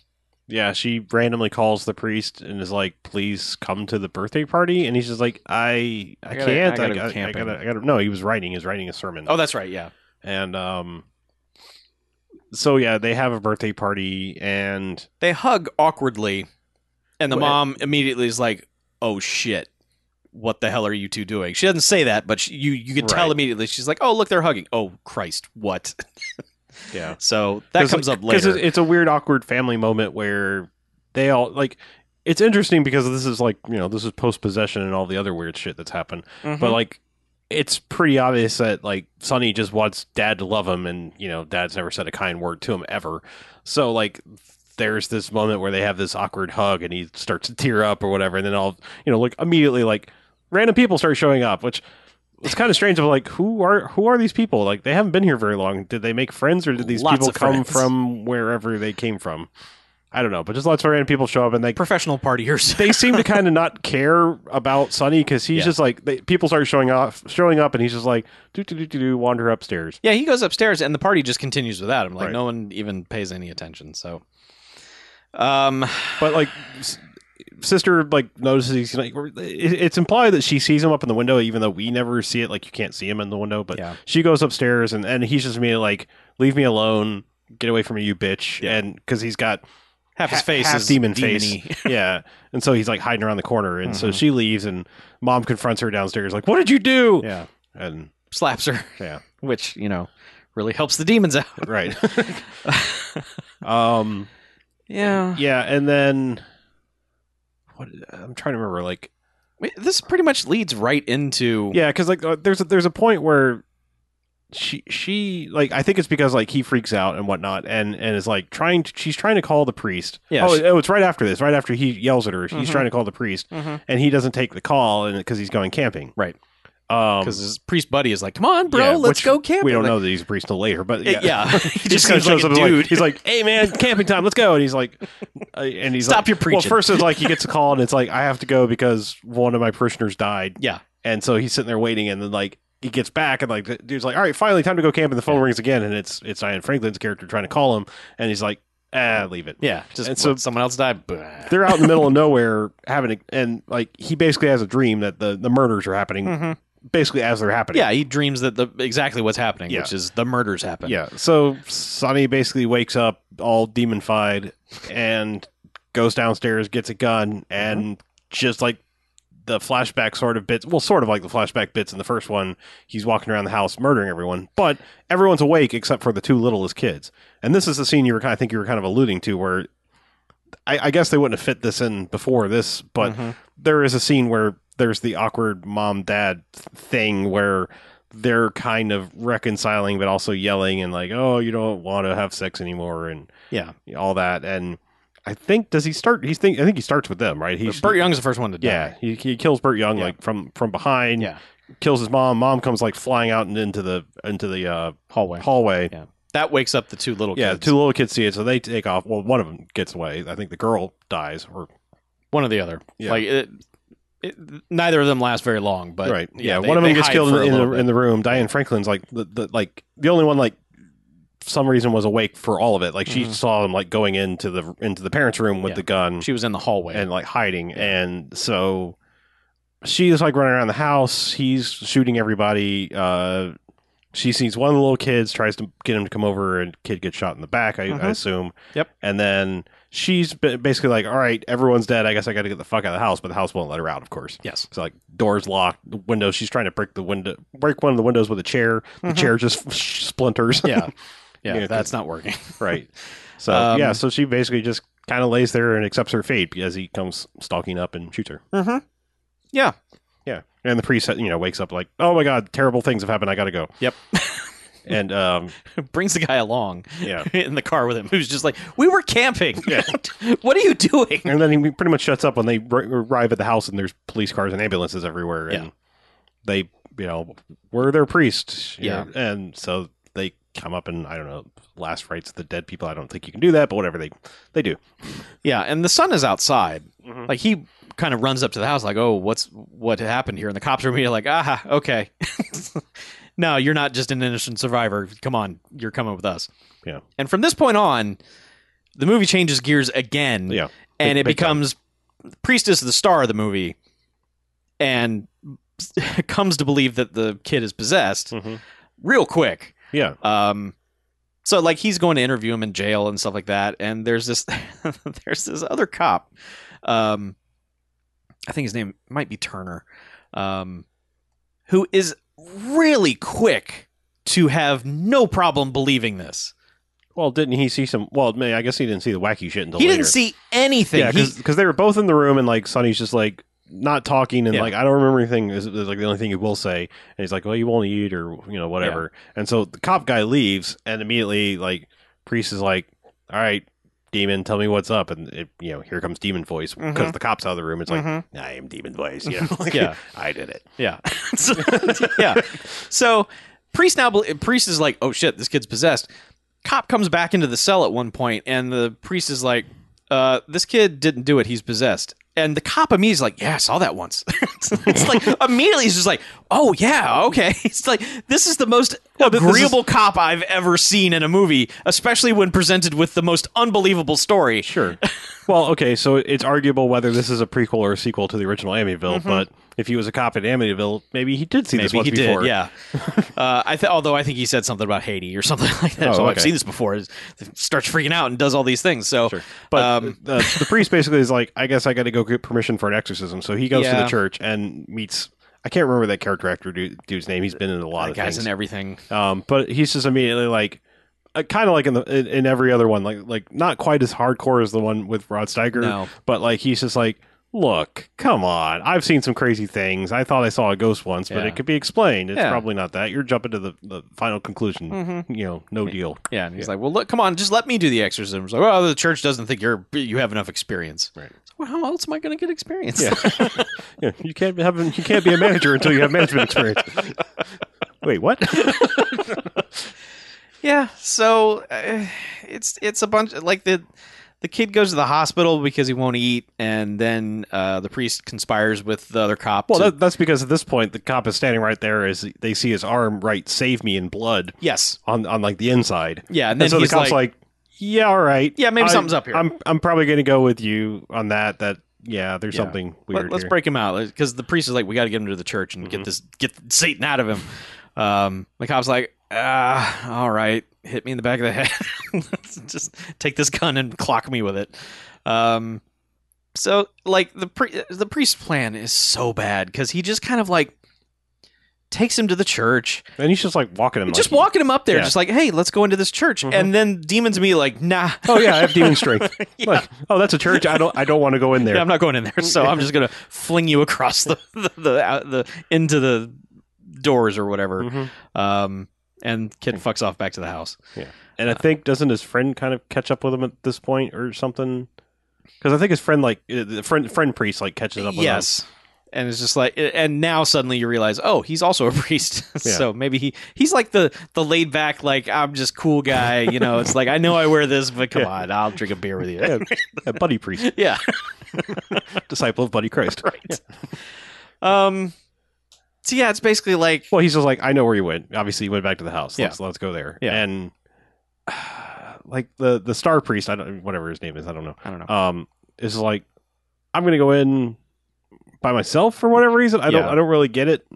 S3: Yeah, she randomly calls the priest and is like, "Please come to the birthday party." And he's just like, "I, I,
S2: I gotta-
S3: can't.
S2: I
S3: I
S2: gotta go
S3: gotta, I,
S2: camping."
S3: gotta, I gotta." No, he was writing. He was writing a sermon.
S2: Oh, that's right. Yeah.
S3: and um, so yeah, they have a birthday party, and
S2: They hug awkwardly, and the
S3: Well,
S2: mom immediately is like, "Oh shit, what the hell are you two doing?" She doesn't say that, but she, you you can tell
S3: Right.
S2: immediately. She's like, "Oh look, they're hugging." Oh Christ, what?
S3: yeah,
S2: So that
S3: 'Cause,
S2: comes
S3: like,
S2: up
S3: 'cause
S2: later.
S3: It's, it's a weird, awkward family moment where they all like. It's interesting because this is like you know this is post possession and all the other weird shit that's happened,
S2: Mm-hmm.
S3: but like. It's pretty obvious that like Sonny just wants dad to love him, and you know dad's never said a kind word to him ever. So like, there's this moment where they have this awkward hug, and he starts to tear up or whatever, and then all you know like immediately like random people start showing up, which it's kind of strange. Of like, who are who are these people? Like, they haven't been here very long. Did they make friends, or did these
S2: Lots
S3: people
S2: of
S3: come
S2: friends.
S3: from wherever they came from? I don't know, but just lots of random people show up, and they
S2: Professional partiers.
S3: they seem to kind of not care about Sonny because he's
S2: Yeah.
S3: just like they, people start showing off, showing up, and he's just like do do do do do wander upstairs.
S2: yeah, he goes upstairs, and the party just continues without him. Like
S3: Right.
S2: no one even pays any attention. So, um,
S3: But like, s- sister like notices he's like it- it's implied that she sees him up in the window, even though we never see it. Like you can't see him in the window, but
S2: Yeah.
S3: she goes upstairs and and he's just me like leave me alone, get away from me, you bitch,
S2: Yeah.
S3: and because he's got
S2: half his
S3: ha-
S2: face Mm-hmm.
S3: half
S2: is
S3: demon
S2: demon-y.
S3: face, yeah, and so he's like hiding around the corner, and so she leaves, and mom confronts her downstairs like, what did you do?
S2: Yeah,
S3: And
S2: slaps her,
S3: yeah,
S2: which you know really helps the demons out.
S3: right. um.
S2: Yeah,
S3: Yeah, and then what I'm trying to remember, like
S2: Wait, this pretty much leads right into
S3: yeah, because like uh, there's a, there's a point where she she like I think it's because like he freaks out and whatnot, and and is like trying to she's trying to call the priest.
S2: Yeah,
S3: Oh,
S2: she-
S3: oh, it's right after this, right after he yells at her, he's
S2: Mhm.
S3: trying to call the priest,
S2: Mhm.
S3: and he doesn't take the call, and because he's going camping,
S2: Right.
S3: Um,
S2: because his priest buddy is like, "Come on, bro,
S3: yeah,
S2: let's
S3: which
S2: go camping."
S3: We don't
S2: Like,
S3: know that he's a priest till later, but yeah,
S2: it- Yeah, he just
S3: kinda
S2: seems like a
S3: and,
S2: dude.
S3: he's like, "Hey man, camping time, let's go!" And he's like, uh, "And he's
S2: Stop
S3: like-
S2: your preaching.
S3: Well, first it's like he gets a call and it's like, "I have to go because one of my parishioners died,"
S2: yeah,
S3: and so he's sitting there waiting, and then like he gets back and like the dude's like, "All right, finally time to go camp," and the phone rings again, and it's it's Ian Franklin's character trying to call him, and he's like, "Ah, leave it."
S2: yeah. Just
S3: And so-
S2: let someone else died. Blah.
S3: They're out in the middle of nowhere having a, and like he basically has a dream that the, the murders are happening
S2: Mhm.
S3: basically as they're happening.
S2: Yeah, he dreams that the exactly what's happening,
S3: Yeah.
S2: which is the murders happen.
S3: Yeah. So Sonny basically wakes up all demonified and goes downstairs, gets a gun, and just like the flashback sort of bits, well, sort of like the flashback bits in the first one, he's walking around the house murdering everyone, but everyone's awake except for the two littlest kids. And this is the scene you were kind of, I think you were kind of alluding to where I, I guess they wouldn't have fit this in before this, but
S2: Mm-hmm.
S3: there is a scene where there's the awkward mom dad thing where they're kind of reconciling but also yelling and like, oh, you don't want to have sex anymore and
S2: yeah.
S3: all that. And I think does he start? He's think I think he starts with them, right? He's
S2: Burt Young's the first one to die.
S3: Yeah, he, he kills Burt Young
S2: Yeah.
S3: like from from behind.
S2: Yeah.
S3: kills his mom. Mom comes like flying out and into the into the uh,
S2: hallway.
S3: hallway.
S2: Yeah, that wakes up the two little
S3: Yeah,
S2: kids.
S3: two little kids see it, so they take off. Well, one of them gets away. I think the girl dies, or
S2: one or the other.
S3: Yeah.
S2: Like it, it, neither of them last very long, but
S3: right.
S2: yeah,
S3: Yeah,
S2: they-
S3: one of them
S2: they
S3: gets
S2: hide
S3: killed in,
S2: for a
S3: the- in
S2: little
S3: the
S2: bit.
S3: in the room. Diane Franklin's like the, the like the only one like for some reason was awake for all of it. Like she saw him like going into the into the parents' room with
S2: Mm-hmm. Yeah.
S3: the gun
S2: She was in the hallway.
S3: and like hiding, and so she's like running around the house. He's shooting everybody. Uh, she sees one of the little kids, tries to get him to come over, and kid gets shot in the back. I, I
S2: Mhm.
S3: assume.
S2: Yep.
S3: And then she's ba- basically like, "All right, everyone's dead. I guess I got to get the fuck out of the house." But the house won't let her out, of course.
S2: yes,
S3: So like doors locked, the window. She's trying to break the window, break one of the windows with a chair. The chair just splinters.
S2: Mm-hmm. yeah, yeah.
S3: Yeah,
S2: that's not working.
S3: right. So
S2: Um,
S3: yeah, so she basically just kind of lays there and accepts her fate as he comes stalking up and shoots
S2: Hmm.
S3: her.
S2: Yeah.
S3: Yeah, and the priest, you know, wakes up like, oh my god, terrible things have happened. I gotta go.
S2: Yep. Hmm.
S3: And um,
S2: brings the guy along
S3: Yeah.
S2: in the car with him who's just like we were camping
S3: Yeah.
S2: what are you doing
S3: and then he pretty much shuts up when they r- arrive at the house and there's police cars and ambulances everywhere. And
S2: Yeah.
S3: they, you know, were their priest. you
S2: Yeah.
S3: know, and so they come up and I don't know, last rites of the dead people. I don't think you can do that, but whatever they they do.
S2: yeah and the son is outside
S3: Mhm.
S2: like he kind of runs up to the house like oh what's what happened here and the cops are immediately like ah okay no you're not just an innocent survivor come on you're coming with us
S3: Yeah.
S2: and from this point on the movie changes gears again
S3: Yeah.
S2: and
S3: Big-
S2: it
S3: big time.
S2: becomes priestess is the star of the movie and comes to believe that the kid is possessed
S3: Mhm.
S2: real quick
S3: Yeah.
S2: um so like he's going to interview him in jail and stuff like that and there's this there's this other cop um i think his name might be turner um who is really quick to have no problem believing this
S3: Well, didn't he see some? Well, may- I guess he didn't see the wacky shit until
S2: he
S3: later.
S2: didn't see anything
S3: Yeah,
S2: He-
S3: because they were both in the room, and like Sonny's just like not talking, and
S2: Yeah.
S3: like I don't remember anything. Is, is like the only thing he will say, and he's like, "Well, you won't eat, or you know, whatever." And so the cop guy leaves, and immediately like priest is like, "All right, demon, tell me what's up." And it, you know, here comes demon voice because
S2: Mhm.
S3: the cop's out of the room. It's like,
S2: Mhm.
S3: "I am demon voice," you know, like,
S2: Yeah.
S3: I did it.
S2: Yeah. So- yeah. So priest now bel- priest is like, "Oh shit, this kid's possessed." Cop comes back into the cell at one point and the priest is like, uh, this kid didn't do it, he's possessed. And the cop immediately is like, "Yeah, I saw that once." it's like immediately he's just like, "Oh yeah, okay." It's like this is the most
S3: this is-
S2: agreeable cop I've ever seen in a movie, especially when presented with the most unbelievable story.
S3: Sure. well, okay, so it's arguable whether this is a prequel or a sequel to the original Amityville, but if he was a cop at Amityville, maybe he did see this
S2: Mm-hmm. Maybe
S3: once
S2: he
S3: before.
S2: did, yeah. uh, I th- although I think he said something about Haiti or something like that.
S3: Oh,
S2: so I've
S3: okay.
S2: seen this before. It starts freaking out and does all these things. So,
S3: But
S2: um,
S3: the, the priest basically is like, I guess I got to go get permission for an exorcism. So he goes to
S2: Yeah.
S3: the church and meets. I can't remember that character actor dude, dude's name. He's been in a lot
S2: that
S3: of
S2: guy's
S3: things.
S2: in everything.
S3: um, but he's just immediately like, uh, kind of like in the in, in every other one, like like not quite as hardcore as the one with Rod Steiger,
S2: No.
S3: but like he's just like, look, come on, I've seen some crazy things. I thought I saw a ghost once, but
S2: Yeah.
S3: it could be explained. It's
S2: Yeah. Mm-hmm.
S3: probably not that. You're jumping to the, the final conclusion. You know, no deal.
S2: Yeah, and he's like, "Well, look, come on, just let me do the exorcism." He's like, "Well, the church doesn't think you're you have enough experience."
S3: Right.
S2: So, well, how else am I going to get experience?
S3: Yeah, you can't have you can't be a manager until you have management experience. Wait, what?
S2: Yeah, so uh, it's it's a bunch like the the kid goes to the hospital because he won't eat, and then uh, the priest conspires with the other cop.
S3: Well,
S2: to-
S3: that, that's because at this point the cop is standing right there as they see his arm right save me in blood
S2: yes,
S3: on on like the inside.
S2: yeah, and
S3: And,
S2: then
S3: so the
S2: he's
S3: cop's
S2: like
S3: like, "Yeah, all right.
S2: Yeah, maybe
S3: I-
S2: something's up here."
S3: I'm I'm probably going to go with you on that that yeah, there's something weird
S2: Let, us
S3: here. Mm-hmm.
S2: break him out because the priest is like, we got to get him to the church and get this get Satan out of him. Um, the cop's like, ah, all right, hit me in the back of the head. Just take this gun and clock me with it. Um, so like the pri- the priest's plan is so bad because he just kind of like takes him to the church,
S3: And he's just like walking him
S2: just
S3: like,
S2: walking him up there,
S3: Yeah. Mm-hmm.
S2: just like, hey, let's go into this church, and then demons me like, nah,
S3: Oh yeah, I have demon strength. Like, oh, that's a church. I don't I don't want to go in there.
S2: Yeah, I'm not going in there. So I'm just gonna fling you across the the, the, out, the into the doors or whatever.
S3: Mhm.
S2: Um, and
S3: Mm.
S2: kid fucks off back to the house.
S3: Yeah, and
S2: Uh,
S3: I think doesn't his friend kind of catch up with him at this point or something? Because I think his friend like uh, the friend friend priest like catches up with him.
S2: yes, and it's just like, and now suddenly you realize, oh, he's also a priest. so maybe he he's like the the laid back, like I'm just cool guy. You know, it's like I know I wear this, but come on, I'll drink a beer with you.
S3: Yeah, yeah, buddy priest,
S2: yeah.
S3: disciple of Buddy Christ. Right.
S2: Um. So yeah, it's basically like
S3: Well, he's just like, I know where you went. Obviously, you went back to the house.
S2: Yeah.
S3: Let's let's go there.
S2: Yeah.
S3: and like the the star priest, I don't whatever his name is, I don't know.
S2: I don't know.
S3: Um, is like, I'm gonna go in by myself for whatever reason. I don't
S2: Yeah.
S3: I don't really get it.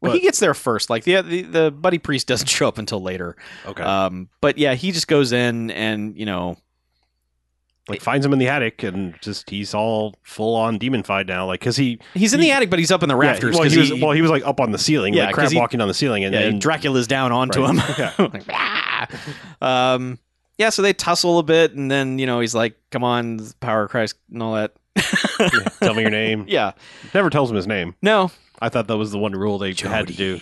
S2: well, he
S3: but-
S2: gets there first. Like the, the the buddy priest doesn't show up until later.
S3: Okay,
S2: Um, but yeah, he just goes in and you know,
S3: like finds him in the attic and just he's all full on demonified now. Like, cause he
S2: he's in the attic, but he's up in the
S3: Yeah,
S2: rafters
S3: well,
S2: because
S3: he was,
S2: he,
S3: well, he was like up on the ceiling,
S2: Yeah,
S3: like
S2: 'cause
S3: crab
S2: he-
S3: walking on the ceiling, and,
S2: yeah,
S3: and
S2: Dracula's down onto
S3: Right.
S2: him. Like, "Ah!" um, yeah, so they tussle a bit, and then you know he's like, "Come on, the power of Christ," and all that.
S3: tell me your name.
S2: Yeah,
S3: Never tells him his name.
S2: no,
S3: I thought that was the one rule they had to do.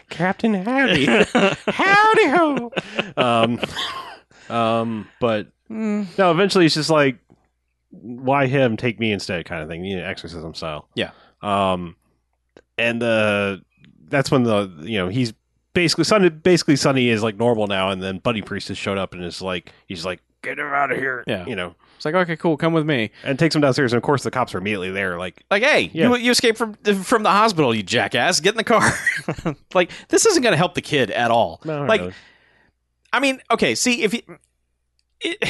S3: Captain Howdy, howdy ho. Um, um, but
S2: Mm.
S3: no, eventually it's just like, why him? Take me instead, kind of thing. You know, exorcism style.
S2: Yeah.
S3: Um, and uh, that's when the you know he's basically Sunny. Basically, Sunny is like normal now, and then Buddy Priest has showed up and is like, he's like, get him out of here.
S2: Yeah.
S3: You know,
S2: it's like, okay, cool, come with me.
S3: and takes him downstairs, and of course the cops are immediately there. Like,
S2: Like, hey,
S3: Yeah.
S2: you you escaped from from the hospital, you jackass. Get in the car. like, this isn't going to help the kid at all.
S3: no,
S2: like, I mean, okay, see if he, it,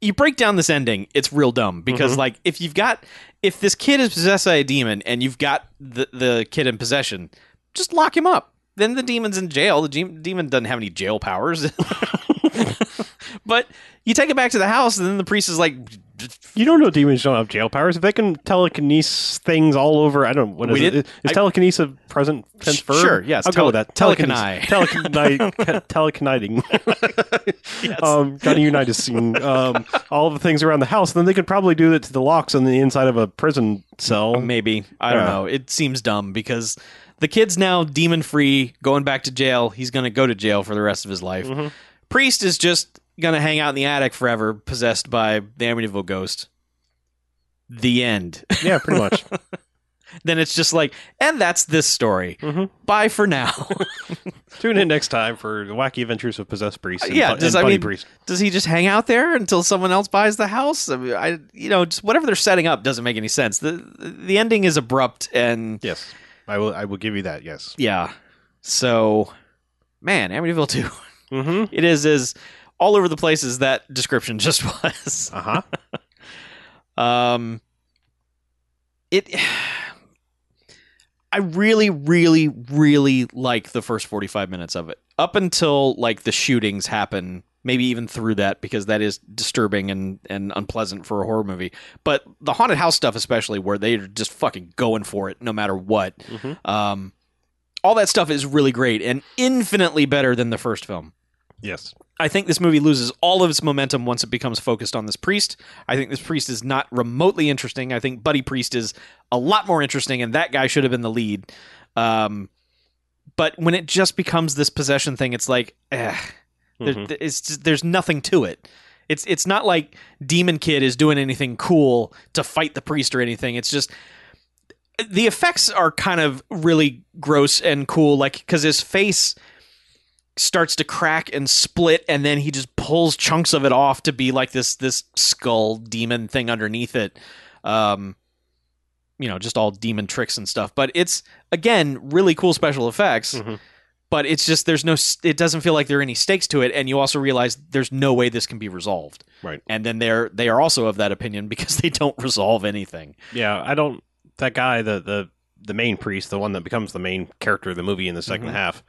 S2: you break down this ending, it's real dumb because like if you've got if this kid is possessed by a demon and you've got the the kid in possession, just lock him up. Then the demon's in jail. The de- demon doesn't have any jail powers. but you take it back to the house, and then the priest is like,
S3: You don't know demons don't have jail powers. If they can telekinesis things all over, I don't know. What is
S2: We
S3: it?
S2: did-
S3: Is
S2: I-
S3: telekinesis a present tense verb?
S2: sure, yes,
S3: I'll go with that.
S2: tele-
S3: Telekinesis. Telekini- telekineting. um, trying to unite a scene. Um, all the things around the house. Then they could probably do that to the locks on the inside of a prison cell.
S2: maybe I don't
S3: Yeah.
S2: know. It seems dumb because the kid's now demon free, going back to jail. He's gonna go to jail for the rest of his life. Priest is just gonna hang out in the attic forever, possessed by the Amityville ghost. The end.
S3: Yeah, pretty much.
S2: then it's just like, and that's this story. Bye for now.
S3: Tune in next time for the wacky adventures of possessed priest. And
S2: yeah,
S3: Bu-
S2: does
S3: and
S2: I
S3: Buddy
S2: mean,
S3: priest.
S2: does he just hang out there until someone else buys the house? I, mean, I you know, just whatever they're setting up doesn't make any sense. The the ending is abrupt and
S3: Yes, I will. I will give you that. Yes.
S2: yeah. So, man, Amityville 2.
S3: Mm-hmm.
S2: It is as all over the place as that description just was.
S3: Uh huh.
S2: Um, it. I really, really, really like the first forty-five minutes of it, up until like the shootings happen. Maybe even through that because that is disturbing and and unpleasant for a horror movie. But the haunted house stuff, especially where they're just fucking going for it no matter what.
S3: Mhm.
S2: Um, all that stuff is really great and infinitely better than the first film.
S3: Yes.
S2: I think this movie loses all of its momentum once it becomes focused on this priest. I think this priest is not remotely interesting. I think Buddy Priest is a lot more interesting, and that guy should have been the lead. Um, but when it just becomes this possession thing, it's like, eh, there,
S3: Mhm.
S2: it's just, there's nothing to it. It's it's not like Demon Kid is doing anything cool to fight the priest or anything. It's just the effects are kind of really gross and cool, like because his face starts to crack and split and then he just pulls chunks of it off to be like this this skull demon thing underneath it um you know just all demon tricks and stuff but it's again really cool special effects
S3: Mhm.
S2: but it's just there's no s- it doesn't feel like there are any stakes to it and you also realize there's no way this can be resolved
S3: Right.
S2: and then they're they are also of that opinion because they don't resolve anything
S3: Yeah, I don't. That guy, the the the main priest, the one that becomes the main character of the movie in the 2nd
S2: Mhm.
S3: half.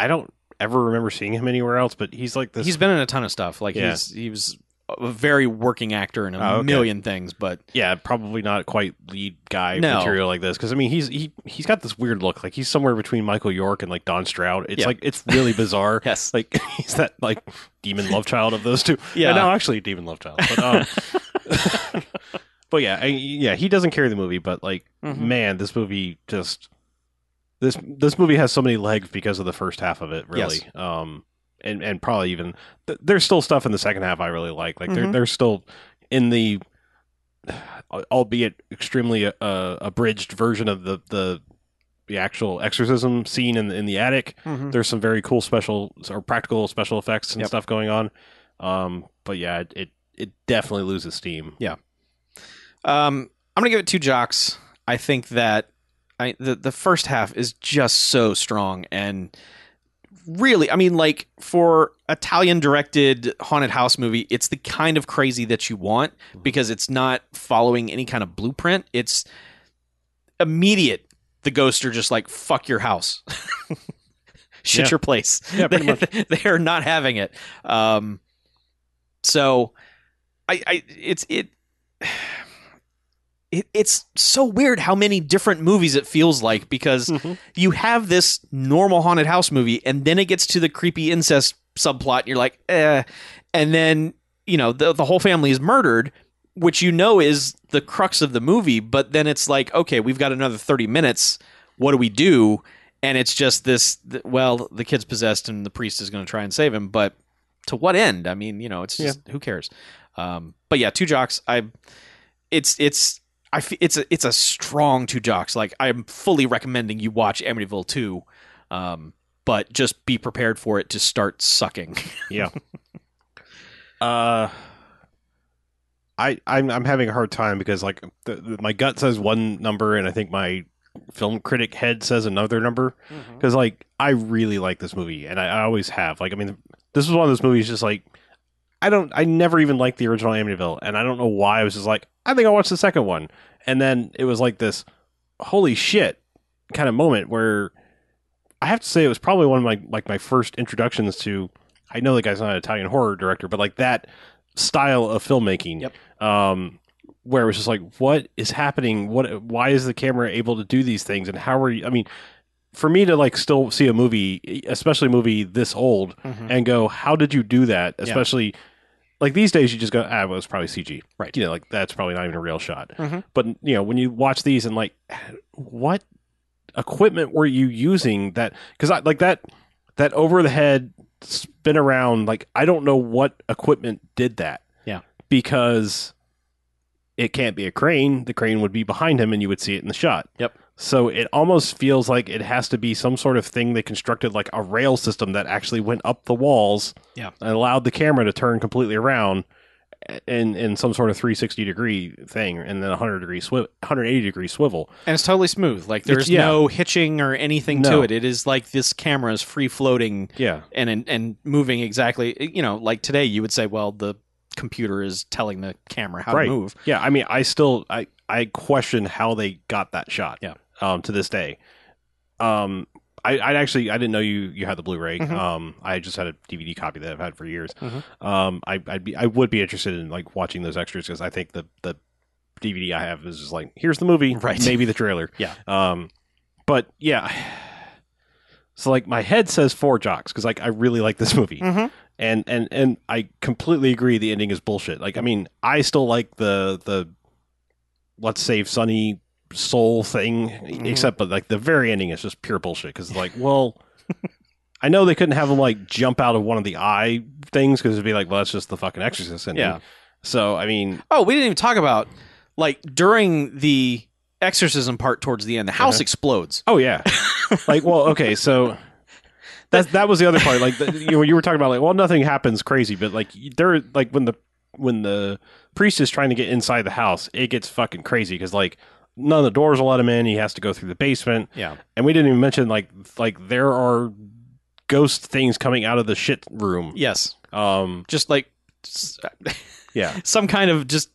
S3: I don't ever remember seeing him anywhere else, but he's like this.
S2: he's been in a ton of stuff like
S3: Yeah.
S2: he's he was a very working actor in a
S3: Oh, okay.
S2: million things but
S3: yeah, probably not quite lead guy
S2: No.
S3: material like this because I mean he's he he's got this weird look like he's somewhere between Michael York and like Don Stroud. It's
S2: Yeah.
S3: like it's really bizarre.
S2: yes
S3: Like he's that like demon love child of those two.
S2: Yeah.
S3: no, actually a demon love child. But, um, but yeah, I, yeah, he doesn't carry the movie, but like
S2: Mhm.
S3: man, this movie just this this movie has so many legs because of the first half of it, really.
S2: Yes.
S3: Um, and and probably even th- there's still stuff in the second half I really like. Like there
S2: Mhm.
S3: there's still in the albeit extremely uh, abridged version of the the the actual exorcism scene in the, in the attic
S2: Mhm.
S3: there's some very cool special or practical special effects and
S2: Yep.
S3: stuff going on. Um, but yeah, it, it it definitely loses steam.
S2: Um, I'm gonna give it two jocks. I think that I the the first half is just so strong and really, I mean, like for Italian directed haunted house movie, it's the kind of crazy that you want because it's not following any kind of blueprint. It's immediate. The ghosts are just like fuck your house, shit
S3: Yeah.
S2: your place.
S3: Yeah, pretty
S2: they, they are not having it. Um, so I, I it's it it, it's so weird how many different movies it feels like because
S3: Mhm.
S2: you have this normal haunted house movie and then it gets to the creepy incest subplot and you're like eh and then you know the, the whole family is murdered which you know is the crux of the movie but then it's like okay we've got another 30 minutes what do we do and it's just this th- well the kid's possessed and the priest is going to try and save him but to what end i mean you know it's just who cares um, but yeah two jocks i it's it's I f- it's a it's a strong two jocks. Like I'm fully recommending you watch Amityville two, um, but just be prepared for it to start sucking.
S3: Uh, I I'm I'm having a hard time because like the, the- my gut says one number and I think my film critic head says another number because like I really like this movie and I, I always have like I mean this is one of those movies just like I don't. I never even liked the original Amityville, and I don't know why. I was just like, I think I'll watch the second one, and then it was like this, holy shit, kind of moment where I have to say it was probably one of my like my first introductions to. I know the guy's not an Italian horror director, but like that style of filmmaking. Yep. Um, where it was just like, what is happening? What? Why is the camera able to do these things? And how are you? I mean, for me to like still see a movie, especially a movie this old, and go, how did you do that? Especially like these days, you just go, ah, well, it's probably CG,
S2: Right.
S3: You know, like that's probably not even a real shot.
S2: Mhm.
S3: But you know, when you watch these and like, what equipment were you using that? Because I like that that over the head spin around. Like I don't know what equipment did that.
S2: Yeah.
S3: because it can't be a crane. The crane would be behind him, and you would see it in the shot.
S2: Yep.
S3: So it almost feels like it has to be some sort of thing they constructed, like a rail system that actually went up the walls,
S2: Yeah.
S3: and allowed the camera to turn completely around, in in some sort of 360 degree thing, and then 100 degree swivel, 180 degree swivel.
S2: and it's totally smooth. Like there's
S3: yeah.
S2: no hitching or anything
S3: No.
S2: to it. It is like this camera is free floating
S3: Yeah,
S2: and, and and moving exactly. You know, like today you would say, well, the computer is telling the camera how
S3: right.
S2: to move.
S3: Yeah, I mean, I still I I question how they got that shot.
S2: Yeah.
S3: um, to this day, um. I, I actually I didn't know you, you had the Blu-ray.
S2: Mhm.
S3: Um, I just had a DVD copy that I've had for years.
S2: Mhm.
S3: Um, I I'd be, I would be interested in like watching those extras because I think the the DVD I have is just like here's the movie,
S2: Right.
S3: Maybe the trailer.
S2: Yeah.
S3: Um, but yeah. So like my head says four jocks because like I really like this movie
S2: Mhm.
S3: and and and I completely agree the ending is bullshit. Like I mean I still like the the let's save Sunny soul thing except but like the very ending is just pure bullshit because like well I know they couldn't have him like jump out of one of the eye things because it'd be like well that's just the fucking Exorcist ending.
S2: Yeah.
S3: So I mean
S2: Oh, we didn't even talk about like during the exorcism part towards the end, the house
S3: Uh-huh.
S2: explodes.
S3: Oh yeah. like well, okay, so that that was the other part. Like the, you, know, you were talking about, like well, nothing happens crazy, but like there, like when the when the priest is trying to get inside the house, it gets fucking crazy because like none of the doors will let him in. He has to go through the basement,
S2: Yeah.
S3: and we didn't even mention like like there are ghost things coming out of the shit room.
S2: Yes.
S3: Um,
S2: Just like s-
S3: yeah.
S2: some kind of just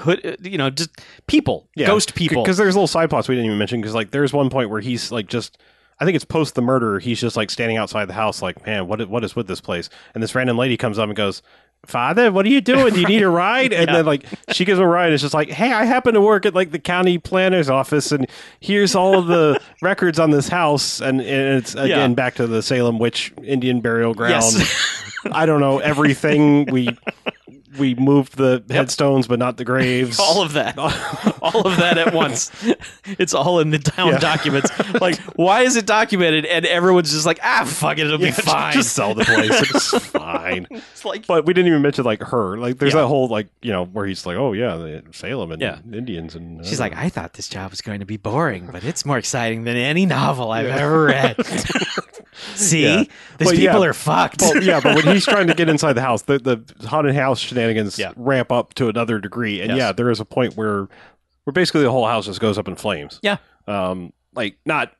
S2: hood, you know, just people, ghost people.
S3: Because there's little side plots we didn't even mention. Because like there's one point where he's like just, I think it's post the murder. He's just like standing outside the house, like man, what i- what is with this place? And this random lady comes up and goes. Father, what are you doing? Do you need a ride? And then, like, she gives him a ride. And it's just like, hey, I happen to work at like the county planner's office, and here's all of the records on this house. And, and it's again back to the Salem witch Indian burial ground. I don't know everything. We we moved the headstones, but not the graves.
S2: all of that all of that at once it's all in the town
S3: Yeah.
S2: documents like why is it documented and everyone's just like ah fuck it it'll
S3: Yeah,
S2: be
S3: just-
S2: fine
S3: Just sell the place. It's fine.
S2: it's like
S3: But we didn't even mention like her. Like there's
S2: Yeah.
S3: that whole like you know where he's like, oh yeah, the Salem and
S2: Yeah.
S3: Indians and
S2: she's like i thought this job was going to be boring but it's more exciting than any novel i've ever read see
S3: Yeah.
S2: these
S3: Well, yeah.
S2: people are fucked
S3: well, yeah, but when he's trying to get inside the house, the the haunted house shenanigans
S2: Yeah.
S3: ramp up to another degree, and
S2: Yes.
S3: yeah, there is a point where where basically the whole house just goes up in flames.
S2: Yeah.
S3: um, like not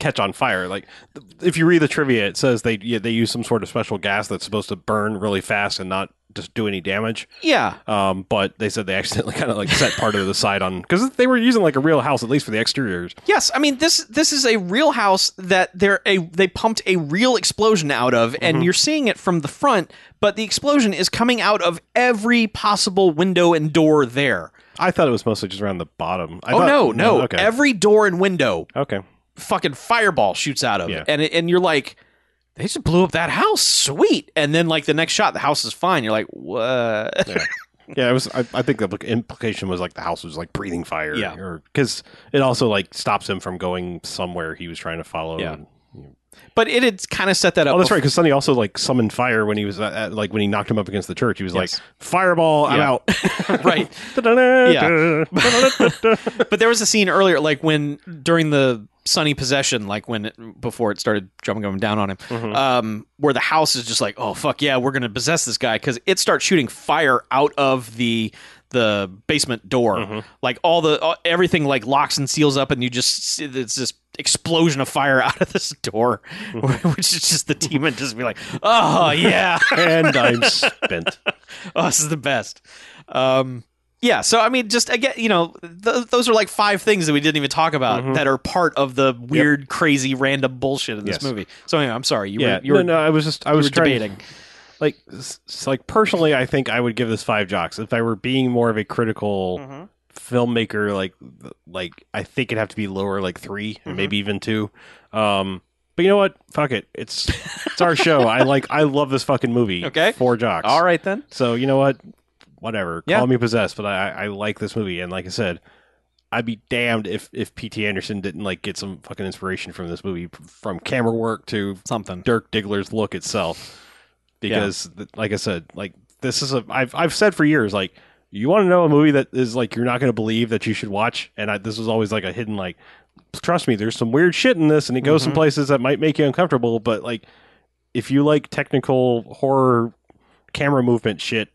S3: catch on fire. Like th- if you read the trivia, it says they yeah, they use some sort of special gas that's supposed to burn really fast and not just do any damage.
S2: yeah
S3: Um, but they said they accidentally kind of like set part of the side on because they were using like a real house at least for the exteriors.
S2: Yes, I mean this this is a real house that they're a they pumped a real explosion out of and
S3: Mm-hmm.
S2: you're seeing it from the front, but the explosion is coming out of every possible window and door there.
S3: I thought it was mostly just around the bottom. I
S2: oh
S3: thought-
S2: no, no.
S3: Okay.
S2: Every door and window
S3: okay.
S2: fucking fireball shoots out of
S3: Yeah.
S2: it. And it, and you're like they just blew up that house. Sweet. And then like the next shot the house is fine. You're like, "What?"
S3: Yeah, it was. I, I think the impl- implication was like the house was like breathing fire.
S2: Yeah.
S3: Or because it also like stops him from going somewhere he was trying to follow.
S2: Yeah.
S3: and-
S2: But it had kind of set that up.
S3: Oh, that's
S2: before-
S3: right. Because Sonny also like summoned fire when he was at, at- like when he knocked him up against the church. He was
S2: Yes.
S3: like, "Fireball! I'm
S2: Yeah.
S3: out."
S2: right.
S3: Da-da-da-da.
S2: But there was a scene earlier, like when during the Sunny Possession, like when it, before it started jumping going down on him, um, where the house is just like, oh fuck yeah, we're gonna possess this guy because it starts shooting fire out of the the basement door, like all the all, everything like locks and seals up, and you just see it's this explosion of fire out of this door, which is just the demon just be like, oh yeah.
S3: and I'm spent.
S2: oh, this is the best. Um, yeah, so I mean, just again, you know, th- those are like five things that we didn't even talk about
S3: Mm-hmm.
S2: that are part of the weird, crazy, random bullshit in this
S3: Yes.
S2: movie. So anyway, I'm sorry, you
S3: Yeah,
S2: were you were,
S3: no, no, I was just I
S2: you
S3: was
S2: were
S3: trying,
S2: debating.
S3: Like, s- s- like personally, I think I would give this five jocks if I were being more of a critical
S2: Mm-hmm.
S3: filmmaker. Like, like I think it'd have to be lower, like 3
S2: Mm-hmm.
S3: and maybe even two. Um, but you know what? Fuck it. It's it's our show. I like I love this fucking movie.
S2: Okay.
S3: four jocks.
S2: All right then.
S3: So you know what? Whatever.
S2: Yeah.
S3: Call me possessed, but I, I I like this movie, and like I said, I'd be damned if if P.T. Anderson didn't like get some fucking inspiration from this movie, from camera work to
S2: Something.
S3: Dirk Diggler's look itself. Because, th- like I said, like this is a I've I've said for years, like you want to know a movie that is like you're not going to believe that you should watch, and I, this was always like a hidden like, trust me, there's some weird shit in this, and it goes some places that might make you uncomfortable, but like if you like technical horror camera movement shit,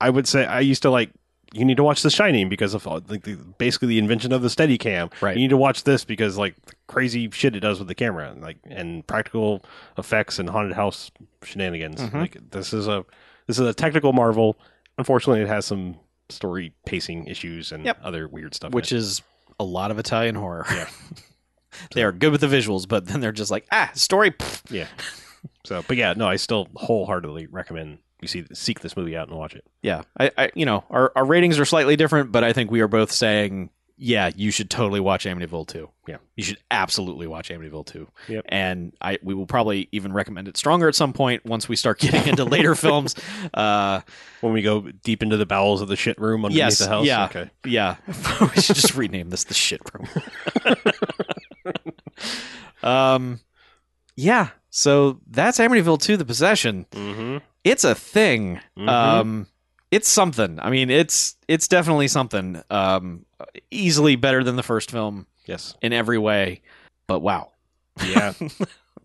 S3: I would say I used to like. You need to watch The Shining because of all- like the, basically the invention of the Steadicam.
S2: Right.
S3: You need to watch this because like the crazy shit it does with the camera, and, like and practical effects and haunted house shenanigans.
S2: Mm-hmm.
S3: Like this is a this is a technical marvel. Unfortunately, it has some story pacing issues and
S2: Yep.
S3: other weird stuff.
S2: which
S3: in
S2: is a lot of Italian horror. Yeah. they are good with the visuals, but then they're just like, ah, story. pfft.
S3: it. yeah. So, but yeah, no, I still wholeheartedly recommend you see seek this movie out and watch it.
S2: Yeah, I, I, you know, our our ratings are slightly different, but I think we are both saying, yeah, you should totally watch Amityville two.
S3: Yeah.
S2: you should absolutely watch Amityville 2.
S3: Yep.
S2: And I we will probably even recommend it stronger at some point once we start getting into later films. Uh,
S3: When we go deep into the bowels of the shit room underneath
S2: yes,
S3: the house.
S2: yeah,
S3: Okay.
S2: yeah. we should just rename this the shit room. um, yeah. So that's Amityville 2: The Possession.
S3: Mm-hmm.
S2: It's a thing.
S3: Mhm.
S2: Um, it's something. I mean, it's it's definitely something. Um, easily better than the first film
S3: Yes.
S2: in every way. But wow.
S3: Yeah.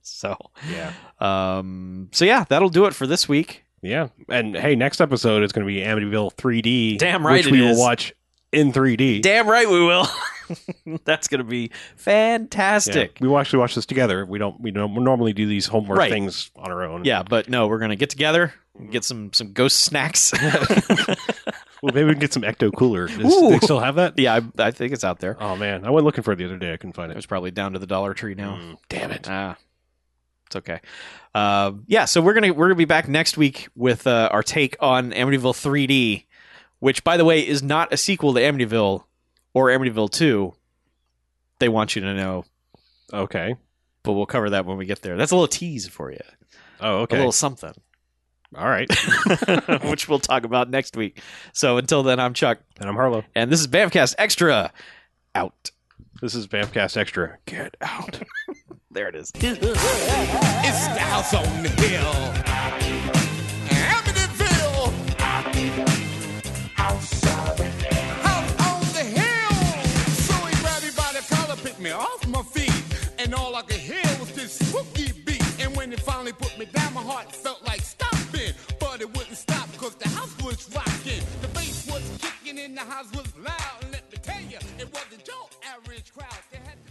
S2: So.
S3: yeah.
S2: Um, so yeah, that'll do it for this week.
S3: Yeah. And hey, next episode is going to be Amityville 3D.
S2: Damn right
S3: which
S2: it
S3: we
S2: is.
S3: will watch in 3D.
S2: Damn right we will. That's gonna be
S3: Yeah.
S2: fantastic. Yeah.
S3: We will actually watch this together. We don't. We don't normally do these homework
S2: Right.
S3: things on our own.
S2: but no, we're gonna get together, get some some ghost snacks.
S3: Well, maybe we can get some Ecto Cooler. Does-
S2: Ooh.
S3: They still have that?
S2: yeah, I, I think it's out there.
S3: Oh man, I went looking for it the other day. I couldn't find
S2: It
S3: it.
S2: was probably down to the Dollar Tree now.
S3: Mm, damn it.
S2: Ah, it's okay. Uh, yeah, so we're gonna we're gonna be back next week with uh, our take on Amityville 3D, which by the way is not a sequel to Amityville or Amityville 2. They want you to know
S3: Okay.
S2: but we'll cover that when we get there. That's a little tease for you, a
S3: Oh, okay.
S2: little something,
S3: All right.
S2: which we'll talk about next week. So until then, I'm Chuck,
S3: and I'm Harlow.
S2: and this is Bamcast Extra. Out.
S3: This is Bamcast Extra. Get out.
S2: There it is.
S1: It's the house on the hill. Amityville. House on the hill. So he grabbed me by the collar, picked me off my feet. And all I could hear was this spooky beat. And when it finally put me down, my heart felt like stopping. But it wouldn't stop because the house was rocking. The bass was kicking and the house was loud. And let me tell you, it wasn't your average crowd. They had